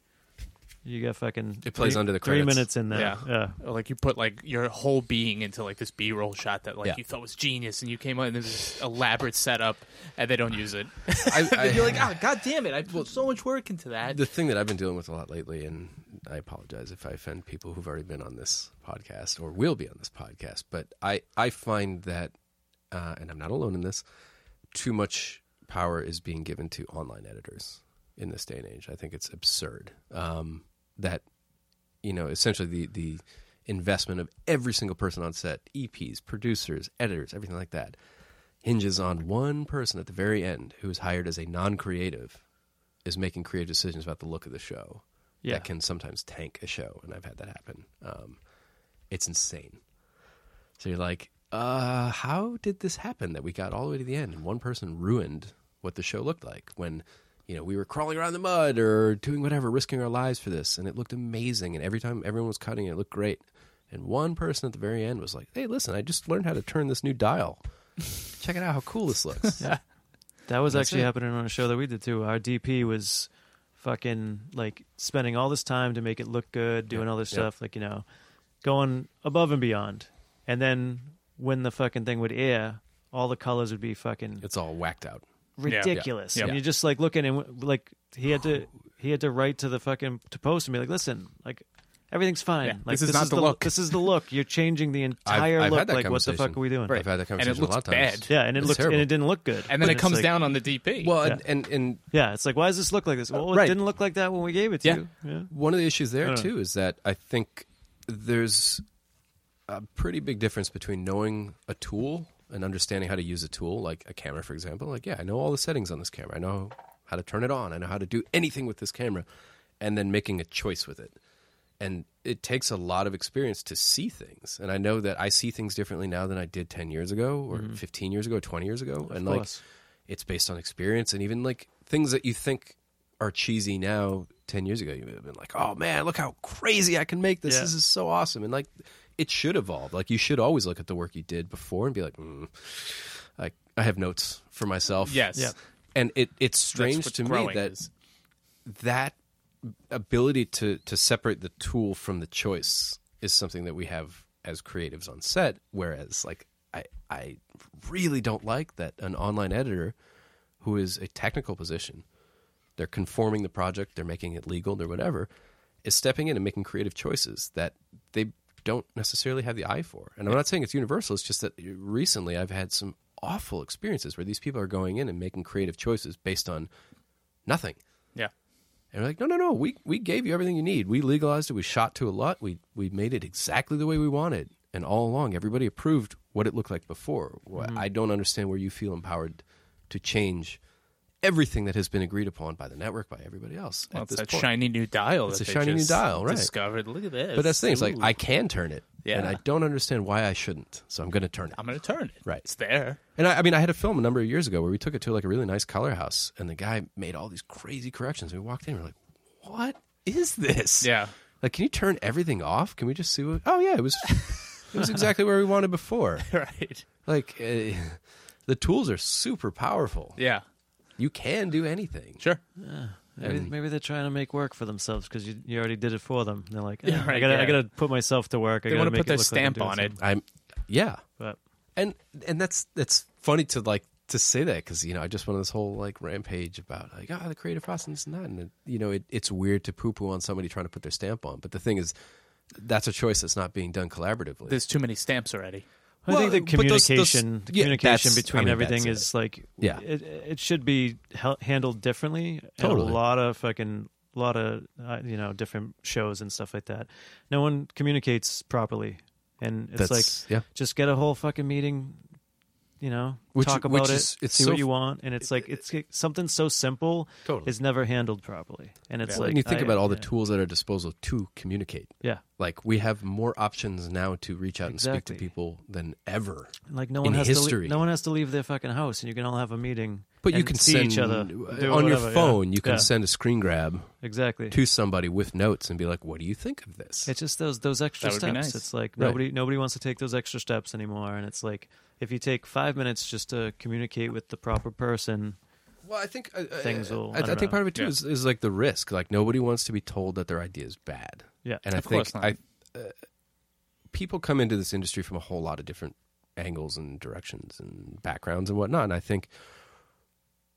Speaker 3: you got fucking
Speaker 1: It plays
Speaker 3: three,
Speaker 1: under the
Speaker 3: three
Speaker 1: credits.
Speaker 3: minutes in there.
Speaker 2: Yeah.
Speaker 3: yeah.
Speaker 2: Or, like you put like your whole being into like this B-roll shot that like
Speaker 1: Yeah.
Speaker 2: you thought was genius, and you came up and there's this elaborate setup, and they don't use it.
Speaker 1: I, I,
Speaker 2: You're like, oh, god damn it! I put so much work into that.
Speaker 1: the thing that I've been dealing with a lot lately, and I apologize if I offend people who've already been on this podcast or will be on this podcast, but I, I find that, uh, and I'm not alone in this, too much power is being given to online editors in this day and age. I think it's absurd um, that, you know, essentially the, the investment of every single person on set, EPs, producers, editors, everything like that, hinges on one person at the very end who is hired as a non creative is making creative decisions about the look of the show
Speaker 3: Yeah.
Speaker 1: that can sometimes tank a show, and I've had that happen. Um, it's insane. So you're like, uh, how did this happen that we got all the way to the end and one person ruined what the show looked like when, you know, we were crawling around in the mud or doing whatever, risking our lives for this, and it looked amazing. And every time everyone was cutting, it, it looked great. And one person at the very end was like, "Hey, listen, I just learned how to turn this new dial. Check it out, how cool this looks."
Speaker 3: That was actually
Speaker 1: it.
Speaker 3: happening on a show that we did too. Our DP was fucking like spending all this time to make it look good, doing all this
Speaker 1: yeah.
Speaker 3: stuff, like, you know, going above and beyond. And then when the fucking thing would air, all the colors would be fucking
Speaker 1: It's all whacked out.
Speaker 2: yeah.
Speaker 3: ridiculous.
Speaker 2: Yeah.
Speaker 3: And you're just like looking and w- like he had to he had to write to the fucking to post and be like, listen, like everything's fine.
Speaker 2: Yeah,
Speaker 3: Like
Speaker 2: this is not the look."
Speaker 3: This is the look. You're changing the
Speaker 1: I've-
Speaker 3: entire
Speaker 1: I've
Speaker 3: look.
Speaker 1: had that
Speaker 3: like what the fuck
Speaker 1: conversation.
Speaker 3: are we doing?
Speaker 1: I've had that
Speaker 2: And it
Speaker 1: conversation
Speaker 2: looks
Speaker 1: a lot of times.
Speaker 2: bad.
Speaker 3: Yeah, and it
Speaker 1: It's
Speaker 3: looked
Speaker 1: terrible.
Speaker 3: and it didn't look good.
Speaker 2: and then
Speaker 3: But
Speaker 2: it
Speaker 3: it's
Speaker 2: comes
Speaker 3: like-
Speaker 2: down on the DP.
Speaker 1: Well,
Speaker 2: Yeah.
Speaker 1: and, and and
Speaker 3: Yeah, it's like why does this look like this? Well, it
Speaker 1: right.
Speaker 3: didn't look like that when we gave it to
Speaker 2: Yeah.
Speaker 3: you. Yeah.
Speaker 1: one of the issues there
Speaker 3: Yeah.
Speaker 1: too is that I think there's a pretty big difference between knowing a tool and understanding how to use a tool, like a camera, for example. Like, yeah, I know all the settings on this camera. I know how to turn it on. I know how to do anything with this camera, and then making a choice with it. And it takes a lot of experience to see things. And I know that I see things differently now than I did 10 years ago or 15 years ago, 20 years ago. and like,
Speaker 3: Mm-hmm. course.
Speaker 1: it's based on experience and even like things that you think are cheesy now 10 years ago you would have been like oh man look how crazy i can make this
Speaker 3: Yeah.
Speaker 1: this is so awesome and like it should evolve like you should always look at the work you did before and be like mm, I, I have notes for myself
Speaker 2: Yes. Yeah.
Speaker 1: and it it's
Speaker 2: That's
Speaker 1: strange
Speaker 2: what
Speaker 1: to me
Speaker 2: growing
Speaker 1: that
Speaker 2: is.
Speaker 1: that ability to to separate the tool from the choice is something that we have as creatives on set whereas like i i really don't like that an online editor who is a technical position they're conforming the project they're making it legal or whatever is stepping in and making creative choices that they don't necessarily have the eye for and i'm not saying it's universal it's just that recently i've had some awful experiences where these people are going in and making creative choices based on nothing
Speaker 2: yeah.
Speaker 1: and we're like, no, no, no. We we gave you everything you need. We legalized it. We shot to a lot. We we made it exactly the way we wanted. And all along, everybody approved what it looked like before. Wh-
Speaker 2: Mm-hmm.
Speaker 1: I don't understand where you feel empowered to change everything that has been agreed upon by the network, by everybody else.
Speaker 2: Well,
Speaker 1: at
Speaker 2: it's
Speaker 1: this
Speaker 2: that
Speaker 1: point.
Speaker 2: shiny new dial.
Speaker 1: It's
Speaker 2: that
Speaker 1: a
Speaker 2: they
Speaker 1: shiny new
Speaker 2: just
Speaker 1: dial, right.
Speaker 2: Discovered. Look at this.
Speaker 1: but that's the thing. It's like
Speaker 2: Ooh.
Speaker 1: I can turn it,
Speaker 2: Yeah.
Speaker 1: and I don't understand why I shouldn't. So I'm going to turn it.
Speaker 2: I'm gonna turn it.
Speaker 1: Right.
Speaker 2: It's there.
Speaker 1: And I, I mean, I had a film a number of years ago where we took it to like a really nice color house, and the guy made all these crazy corrections. We walked in, we're like, "What is this?
Speaker 2: Yeah.
Speaker 1: like, can you turn everything off? Can we just see what? Oh yeah, it was, it was exactly where we wanted before.
Speaker 2: right.
Speaker 1: Like, uh, the tools are super powerful.
Speaker 2: Yeah.
Speaker 1: You can do anything.
Speaker 2: Sure.
Speaker 3: Maybe,
Speaker 1: And-
Speaker 3: maybe they're trying to make work for themselves because you, you already did it for them. They're like,
Speaker 2: Yeah,
Speaker 3: "Ah, I
Speaker 2: right,
Speaker 3: gotta
Speaker 2: yeah.
Speaker 3: I gotta put myself to work. I
Speaker 2: They
Speaker 3: gotta
Speaker 2: want to put
Speaker 3: make it
Speaker 2: their
Speaker 3: look like I'm
Speaker 2: stamp
Speaker 3: doing
Speaker 2: on it.
Speaker 3: something."
Speaker 1: I'm yeah,
Speaker 3: But
Speaker 1: and and that's that's funny to like to say that because you know I just went on this whole like rampage about like ah the creative process and this and that, and it, you know it, it's weird to poo poo on somebody trying to put their stamp on. But the thing is, that's a choice that's not being done collaboratively.
Speaker 2: There's too many stamps already.
Speaker 1: Well,
Speaker 3: I think the
Speaker 1: but those- those-
Speaker 3: communication, the
Speaker 1: yeah,
Speaker 3: communication
Speaker 1: that's- I
Speaker 3: between
Speaker 1: mean,
Speaker 3: everything
Speaker 1: that's
Speaker 3: is like,
Speaker 1: Yeah.
Speaker 3: it, it should be hel- handled differently. And
Speaker 1: Totally.
Speaker 3: a lot of fucking, lot of uh, you know, different shows and stuff like that. No one communicates properly, and it's
Speaker 1: That's-
Speaker 3: like,
Speaker 1: yeah.
Speaker 3: just get a whole fucking meeting, you know,
Speaker 1: Which-
Speaker 3: talk
Speaker 1: which
Speaker 3: about it,
Speaker 1: is- it's
Speaker 3: see
Speaker 1: so
Speaker 3: what
Speaker 1: f-
Speaker 3: you want, and it's like it's like, something so simple
Speaker 1: Totally.
Speaker 3: is never handled properly, and it's
Speaker 1: Well,
Speaker 3: like
Speaker 1: when you think
Speaker 3: I-
Speaker 1: about all the
Speaker 3: yeah.
Speaker 1: tools at our disposal to communicate,
Speaker 3: yeah,
Speaker 1: like we have more options now to reach out and speak to
Speaker 3: Exactly.
Speaker 1: people than ever.
Speaker 3: Like no
Speaker 1: in
Speaker 3: one has to
Speaker 1: history.
Speaker 3: le- no one has to leave their fucking house, and you can all have a meeting.
Speaker 1: But you
Speaker 3: and
Speaker 1: can
Speaker 3: see
Speaker 1: send
Speaker 3: each other
Speaker 1: on
Speaker 3: do
Speaker 1: your
Speaker 3: whatever, yeah.
Speaker 1: phone. You can
Speaker 3: Yeah,
Speaker 1: send a screen grab
Speaker 3: exactly.
Speaker 1: to somebody with notes and be like, "What do you think of this?"
Speaker 3: It's just those those extra
Speaker 2: That would be
Speaker 3: steps.
Speaker 2: nice.
Speaker 3: It's like
Speaker 1: Right.
Speaker 3: nobody nobody wants to take those extra steps anymore, and it's like if you take five minutes just to communicate with the proper person,
Speaker 1: Well, I think uh, uh,
Speaker 3: Things will-
Speaker 1: I,
Speaker 3: I
Speaker 1: I,
Speaker 3: don't
Speaker 1: think
Speaker 3: know.
Speaker 1: part of it too
Speaker 2: Yeah.
Speaker 1: is, is like the risk. Like nobody wants to be told that their idea is bad.
Speaker 3: Yeah.
Speaker 1: and I
Speaker 2: Of
Speaker 1: think
Speaker 2: course not.
Speaker 1: I uh, people come into this industry from a whole lot of different angles and directions and backgrounds and whatnot. And I think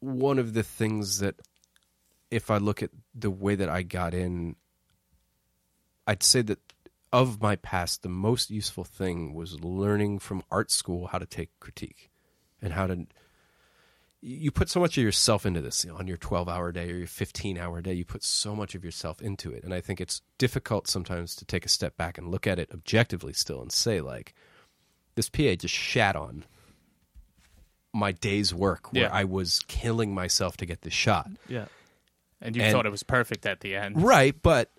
Speaker 1: one of the things that, if I look at the way that I got in, I'd say that of my past, the most useful thing was learning from art school how to take critique and how to you put so much of yourself into this you know, on your 12 hour day or your 15 hour day you put so much of yourself into it and i think it's difficult sometimes to take a step back and look at it objectively still and say like this pa just shat on my day's work where
Speaker 2: Yeah.
Speaker 1: i was killing myself to get this shot
Speaker 3: yeah,
Speaker 2: And you
Speaker 1: And-
Speaker 2: thought it was perfect at the end.
Speaker 1: right but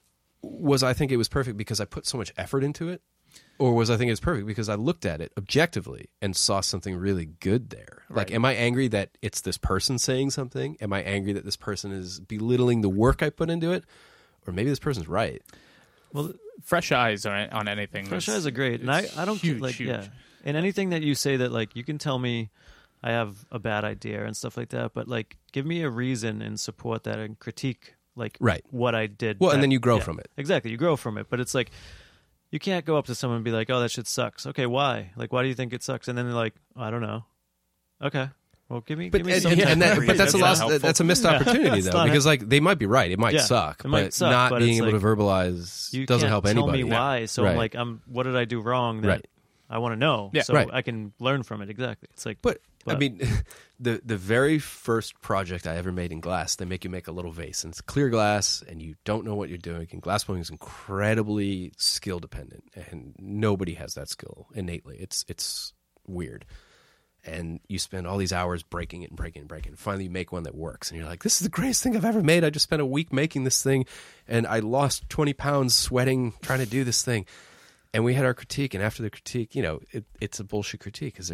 Speaker 1: was i think it was perfect because i put so much effort into it or was i think it was perfect because i looked at it objectively and saw something really good there like
Speaker 2: Right.
Speaker 1: am i angry that it's this person saying something am i angry that this person is belittling the work i put into it or maybe this person's right
Speaker 2: Fresh eyes on, on anything.
Speaker 3: fresh
Speaker 2: is-
Speaker 3: eyes are great, and I
Speaker 2: it's
Speaker 3: I don't
Speaker 2: huge,
Speaker 3: like
Speaker 2: huge.
Speaker 3: yeah, and anything that you say that like you can tell me. I have a bad idea and stuff like that, but like, give me a reason and support that and critique like
Speaker 1: Right.
Speaker 3: what I did.
Speaker 1: Well, and
Speaker 3: that-
Speaker 1: then you grow from it.
Speaker 3: Exactly, you grow from it. But it's like you can't go up to someone and be like, "Oh, that shit sucks." Okay, why? Like, why do you think it sucks? And then they're like, "I don't know." Okay, well, give me,
Speaker 1: but,
Speaker 3: give me
Speaker 1: and-
Speaker 3: some
Speaker 1: and-
Speaker 3: type
Speaker 1: and
Speaker 3: of
Speaker 1: that-
Speaker 3: reason.
Speaker 1: but that's a
Speaker 2: Yeah.
Speaker 1: loss,
Speaker 2: Helpful.
Speaker 1: that's a missed opportunity
Speaker 3: It's
Speaker 1: though
Speaker 3: not-
Speaker 1: because like they might be right it might
Speaker 3: Yeah,
Speaker 1: suck
Speaker 3: it might
Speaker 1: but
Speaker 3: suck,
Speaker 1: not
Speaker 3: but
Speaker 1: being
Speaker 3: it's
Speaker 1: able to
Speaker 3: like,
Speaker 1: verbalize
Speaker 3: You
Speaker 1: doesn't
Speaker 3: can't
Speaker 1: help
Speaker 3: tell
Speaker 1: anybody
Speaker 3: me why, so
Speaker 1: Right.
Speaker 3: I'm like, I'm. What did I do wrong? That
Speaker 1: Right.
Speaker 3: I want to know.
Speaker 2: Yeah.
Speaker 3: so
Speaker 1: Right.
Speaker 3: I can learn from it. Exactly. It's like,
Speaker 1: But, I
Speaker 3: But-
Speaker 1: mean, the the very first project I ever made in glass, they make you make a little vase, and it's clear glass, and you don't know what you're doing. And glass blowing is incredibly skill dependent, and nobody has that skill innately. It's it's weird, and you spend all these hours breaking it and breaking it and breaking. It. Finally, you make one that works, and you're like, "This is the greatest thing I've ever made." I just spent a week making this thing, and I lost twenty pounds sweating trying to do this thing and we had our critique and after the critique you know it, it's a bullshit critique because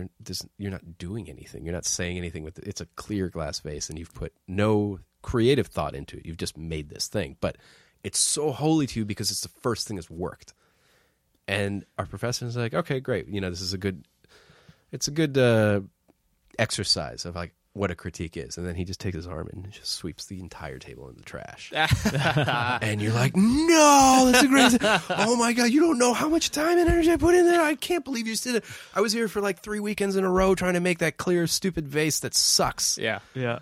Speaker 1: you're not doing anything you're not saying anything with it. it's a clear glass vase and you've put no creative thought into it you've just made this thing but it's so holy to you because it's the first thing that's worked and our professor's like okay great you know this is a good it's a good uh, exercise of like what a critique is and then he just takes his arm and just sweeps the entire table in the trash and you're like, no, that's the greatest. oh my god, you don't know how much time and energy I put in there. I can't believe you just did it. I was here for like three weekends in a row trying to make that clear, stupid vase that sucks.
Speaker 2: Yeah.
Speaker 3: yeah,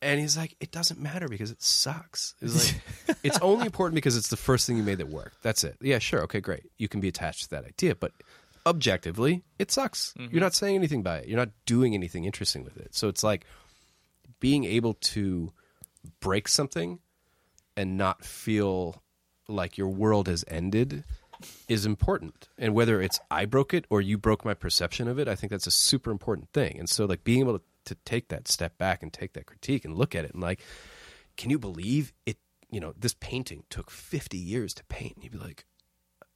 Speaker 1: And he's like, it doesn't matter because it sucks. It's like, it's only important because it's the first thing you made that worked. That's it. Yeah, sure, okay, great. You can be attached to that idea, but objectively, it sucks. You're not saying anything by it. You're not doing anything interesting with it. So it's like being able to break something and not feel like your world has ended is important. And whether it's I broke it or you broke my perception of it, I think that's a super important thing. And so like being able to, to take that step back and take that critique and look at it and like, can you believe it you know, this painting took fifty years to paint and you'd be like,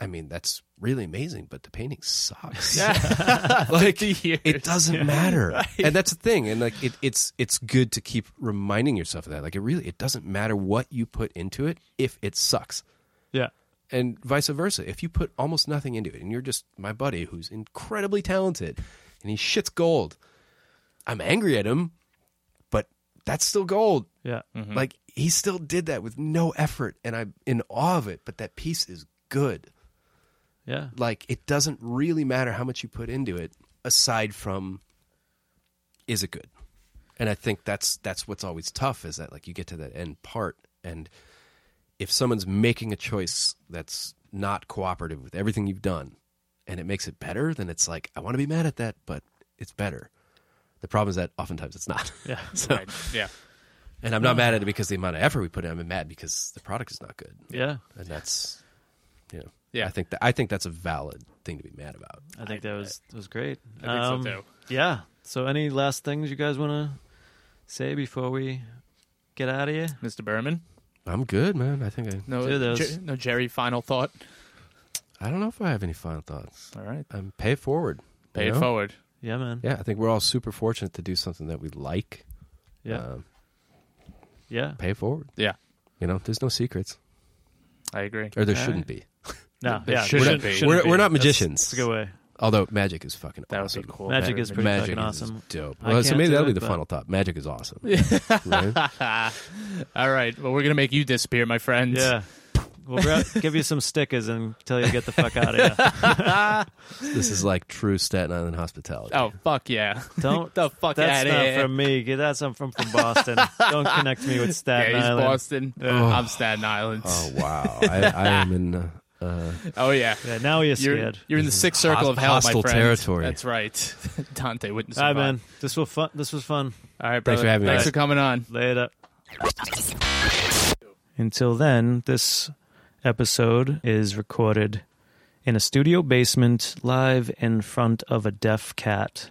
Speaker 1: I mean, that's really amazing, but the painting sucks.
Speaker 2: like years.
Speaker 1: It doesn't matter, and that's the thing. And like, it, it's it's good to keep reminding yourself of that. Like, it really it doesn't matter what you put into it if it sucks,
Speaker 3: yeah,
Speaker 1: and vice versa. If you put almost nothing into it, and you're just my buddy who's incredibly talented, and he shits gold, I'm angry at him, but that's still gold.
Speaker 3: yeah.
Speaker 1: Like he still did that with no effort, and I'm in awe of it. But that piece is good.
Speaker 3: Yeah.
Speaker 1: Like it doesn't really matter how much you put into it, aside from is it good? And I think that's that's what's always tough is that like you get to that end part, and if someone's making a choice that's not cooperative with everything you've done, and it makes it better, then it's like I want to be mad at that, but it's better. The problem is that oftentimes it's not.
Speaker 3: Yeah.
Speaker 1: so,
Speaker 2: Right. Yeah.
Speaker 1: and I'm not mad at it because the amount of effort we put in. I'm mad because the product is not good.
Speaker 3: Yeah.
Speaker 1: And that's, you know,
Speaker 2: Yeah.
Speaker 1: I think that I think that's a valid thing to be mad about.
Speaker 3: I think that was that was great.
Speaker 2: I
Speaker 3: um,
Speaker 2: think so,
Speaker 3: too. Yeah. So any last things you guys want to say before we get out of here?
Speaker 2: Mr. Berman?
Speaker 1: I'm good, man. I think I.
Speaker 2: No,
Speaker 3: Do those.
Speaker 2: Jer- no Jerry, final thought.
Speaker 1: I don't know if I have any final thoughts.
Speaker 2: All right.
Speaker 1: Um, pay it forward. you
Speaker 2: Pay
Speaker 1: know?
Speaker 2: it forward.
Speaker 3: Yeah, man.
Speaker 1: Yeah, I think we're all super fortunate to do something that we like.
Speaker 3: Yeah.
Speaker 1: Um,
Speaker 3: yeah.
Speaker 1: pay it forward.
Speaker 2: Yeah.
Speaker 1: You know, there's no secrets,
Speaker 2: I agree.
Speaker 1: or there
Speaker 3: All
Speaker 1: shouldn't be.
Speaker 3: No.
Speaker 2: There
Speaker 3: yeah.
Speaker 2: shouldn't
Speaker 3: shouldn't-
Speaker 2: be.
Speaker 3: shouldn't
Speaker 1: We're, we're not
Speaker 3: That's-
Speaker 1: magicians.
Speaker 3: That's a good way.
Speaker 1: Although magic is fucking.
Speaker 2: That was
Speaker 1: awesome.
Speaker 2: a cool.
Speaker 3: Magic is pretty
Speaker 1: magic
Speaker 3: fucking
Speaker 1: is
Speaker 3: awesome.
Speaker 1: dope.
Speaker 3: I
Speaker 1: Well, so
Speaker 3: can't
Speaker 1: maybe
Speaker 3: do
Speaker 1: that'll be
Speaker 3: it,
Speaker 1: the
Speaker 3: but-
Speaker 1: final thought. Magic is awesome. Right?
Speaker 2: All right. Well, we're gonna make you disappear, my friend.
Speaker 3: Yeah. We'll grab, give you some stickers and tell you to get the fuck out of here.
Speaker 1: This is like true Staten Island hospitality.
Speaker 2: Oh fuck yeah.
Speaker 3: Don't
Speaker 2: the fuck
Speaker 3: That's
Speaker 2: out
Speaker 3: not
Speaker 2: here.
Speaker 3: from me. Get- That's I'm from from Boston. Don't connect me with
Speaker 2: yeah,
Speaker 3: Staten
Speaker 2: he's
Speaker 3: Island.
Speaker 2: Boston. I'm Staten Island.
Speaker 1: Oh, wow, I, I am in uh, uh,
Speaker 2: Oh yeah.
Speaker 3: Yeah, now you're
Speaker 2: You're,
Speaker 3: scared.
Speaker 2: you're in the sixth circle of hell,
Speaker 1: Hostile
Speaker 2: my friend.
Speaker 1: territory.
Speaker 2: That's right. Dante wouldn't
Speaker 3: All right,
Speaker 2: survive.
Speaker 3: man. This was fun. This was fun.
Speaker 2: All right, brother.
Speaker 1: Thanks for having me,
Speaker 2: Thanks
Speaker 1: guys.
Speaker 2: for coming on.
Speaker 3: Later. Until then, this episode is recorded in a studio basement live in front of a deaf cat.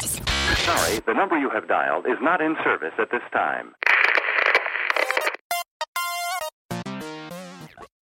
Speaker 5: Sorry, the number you have dialed is not in service at this time.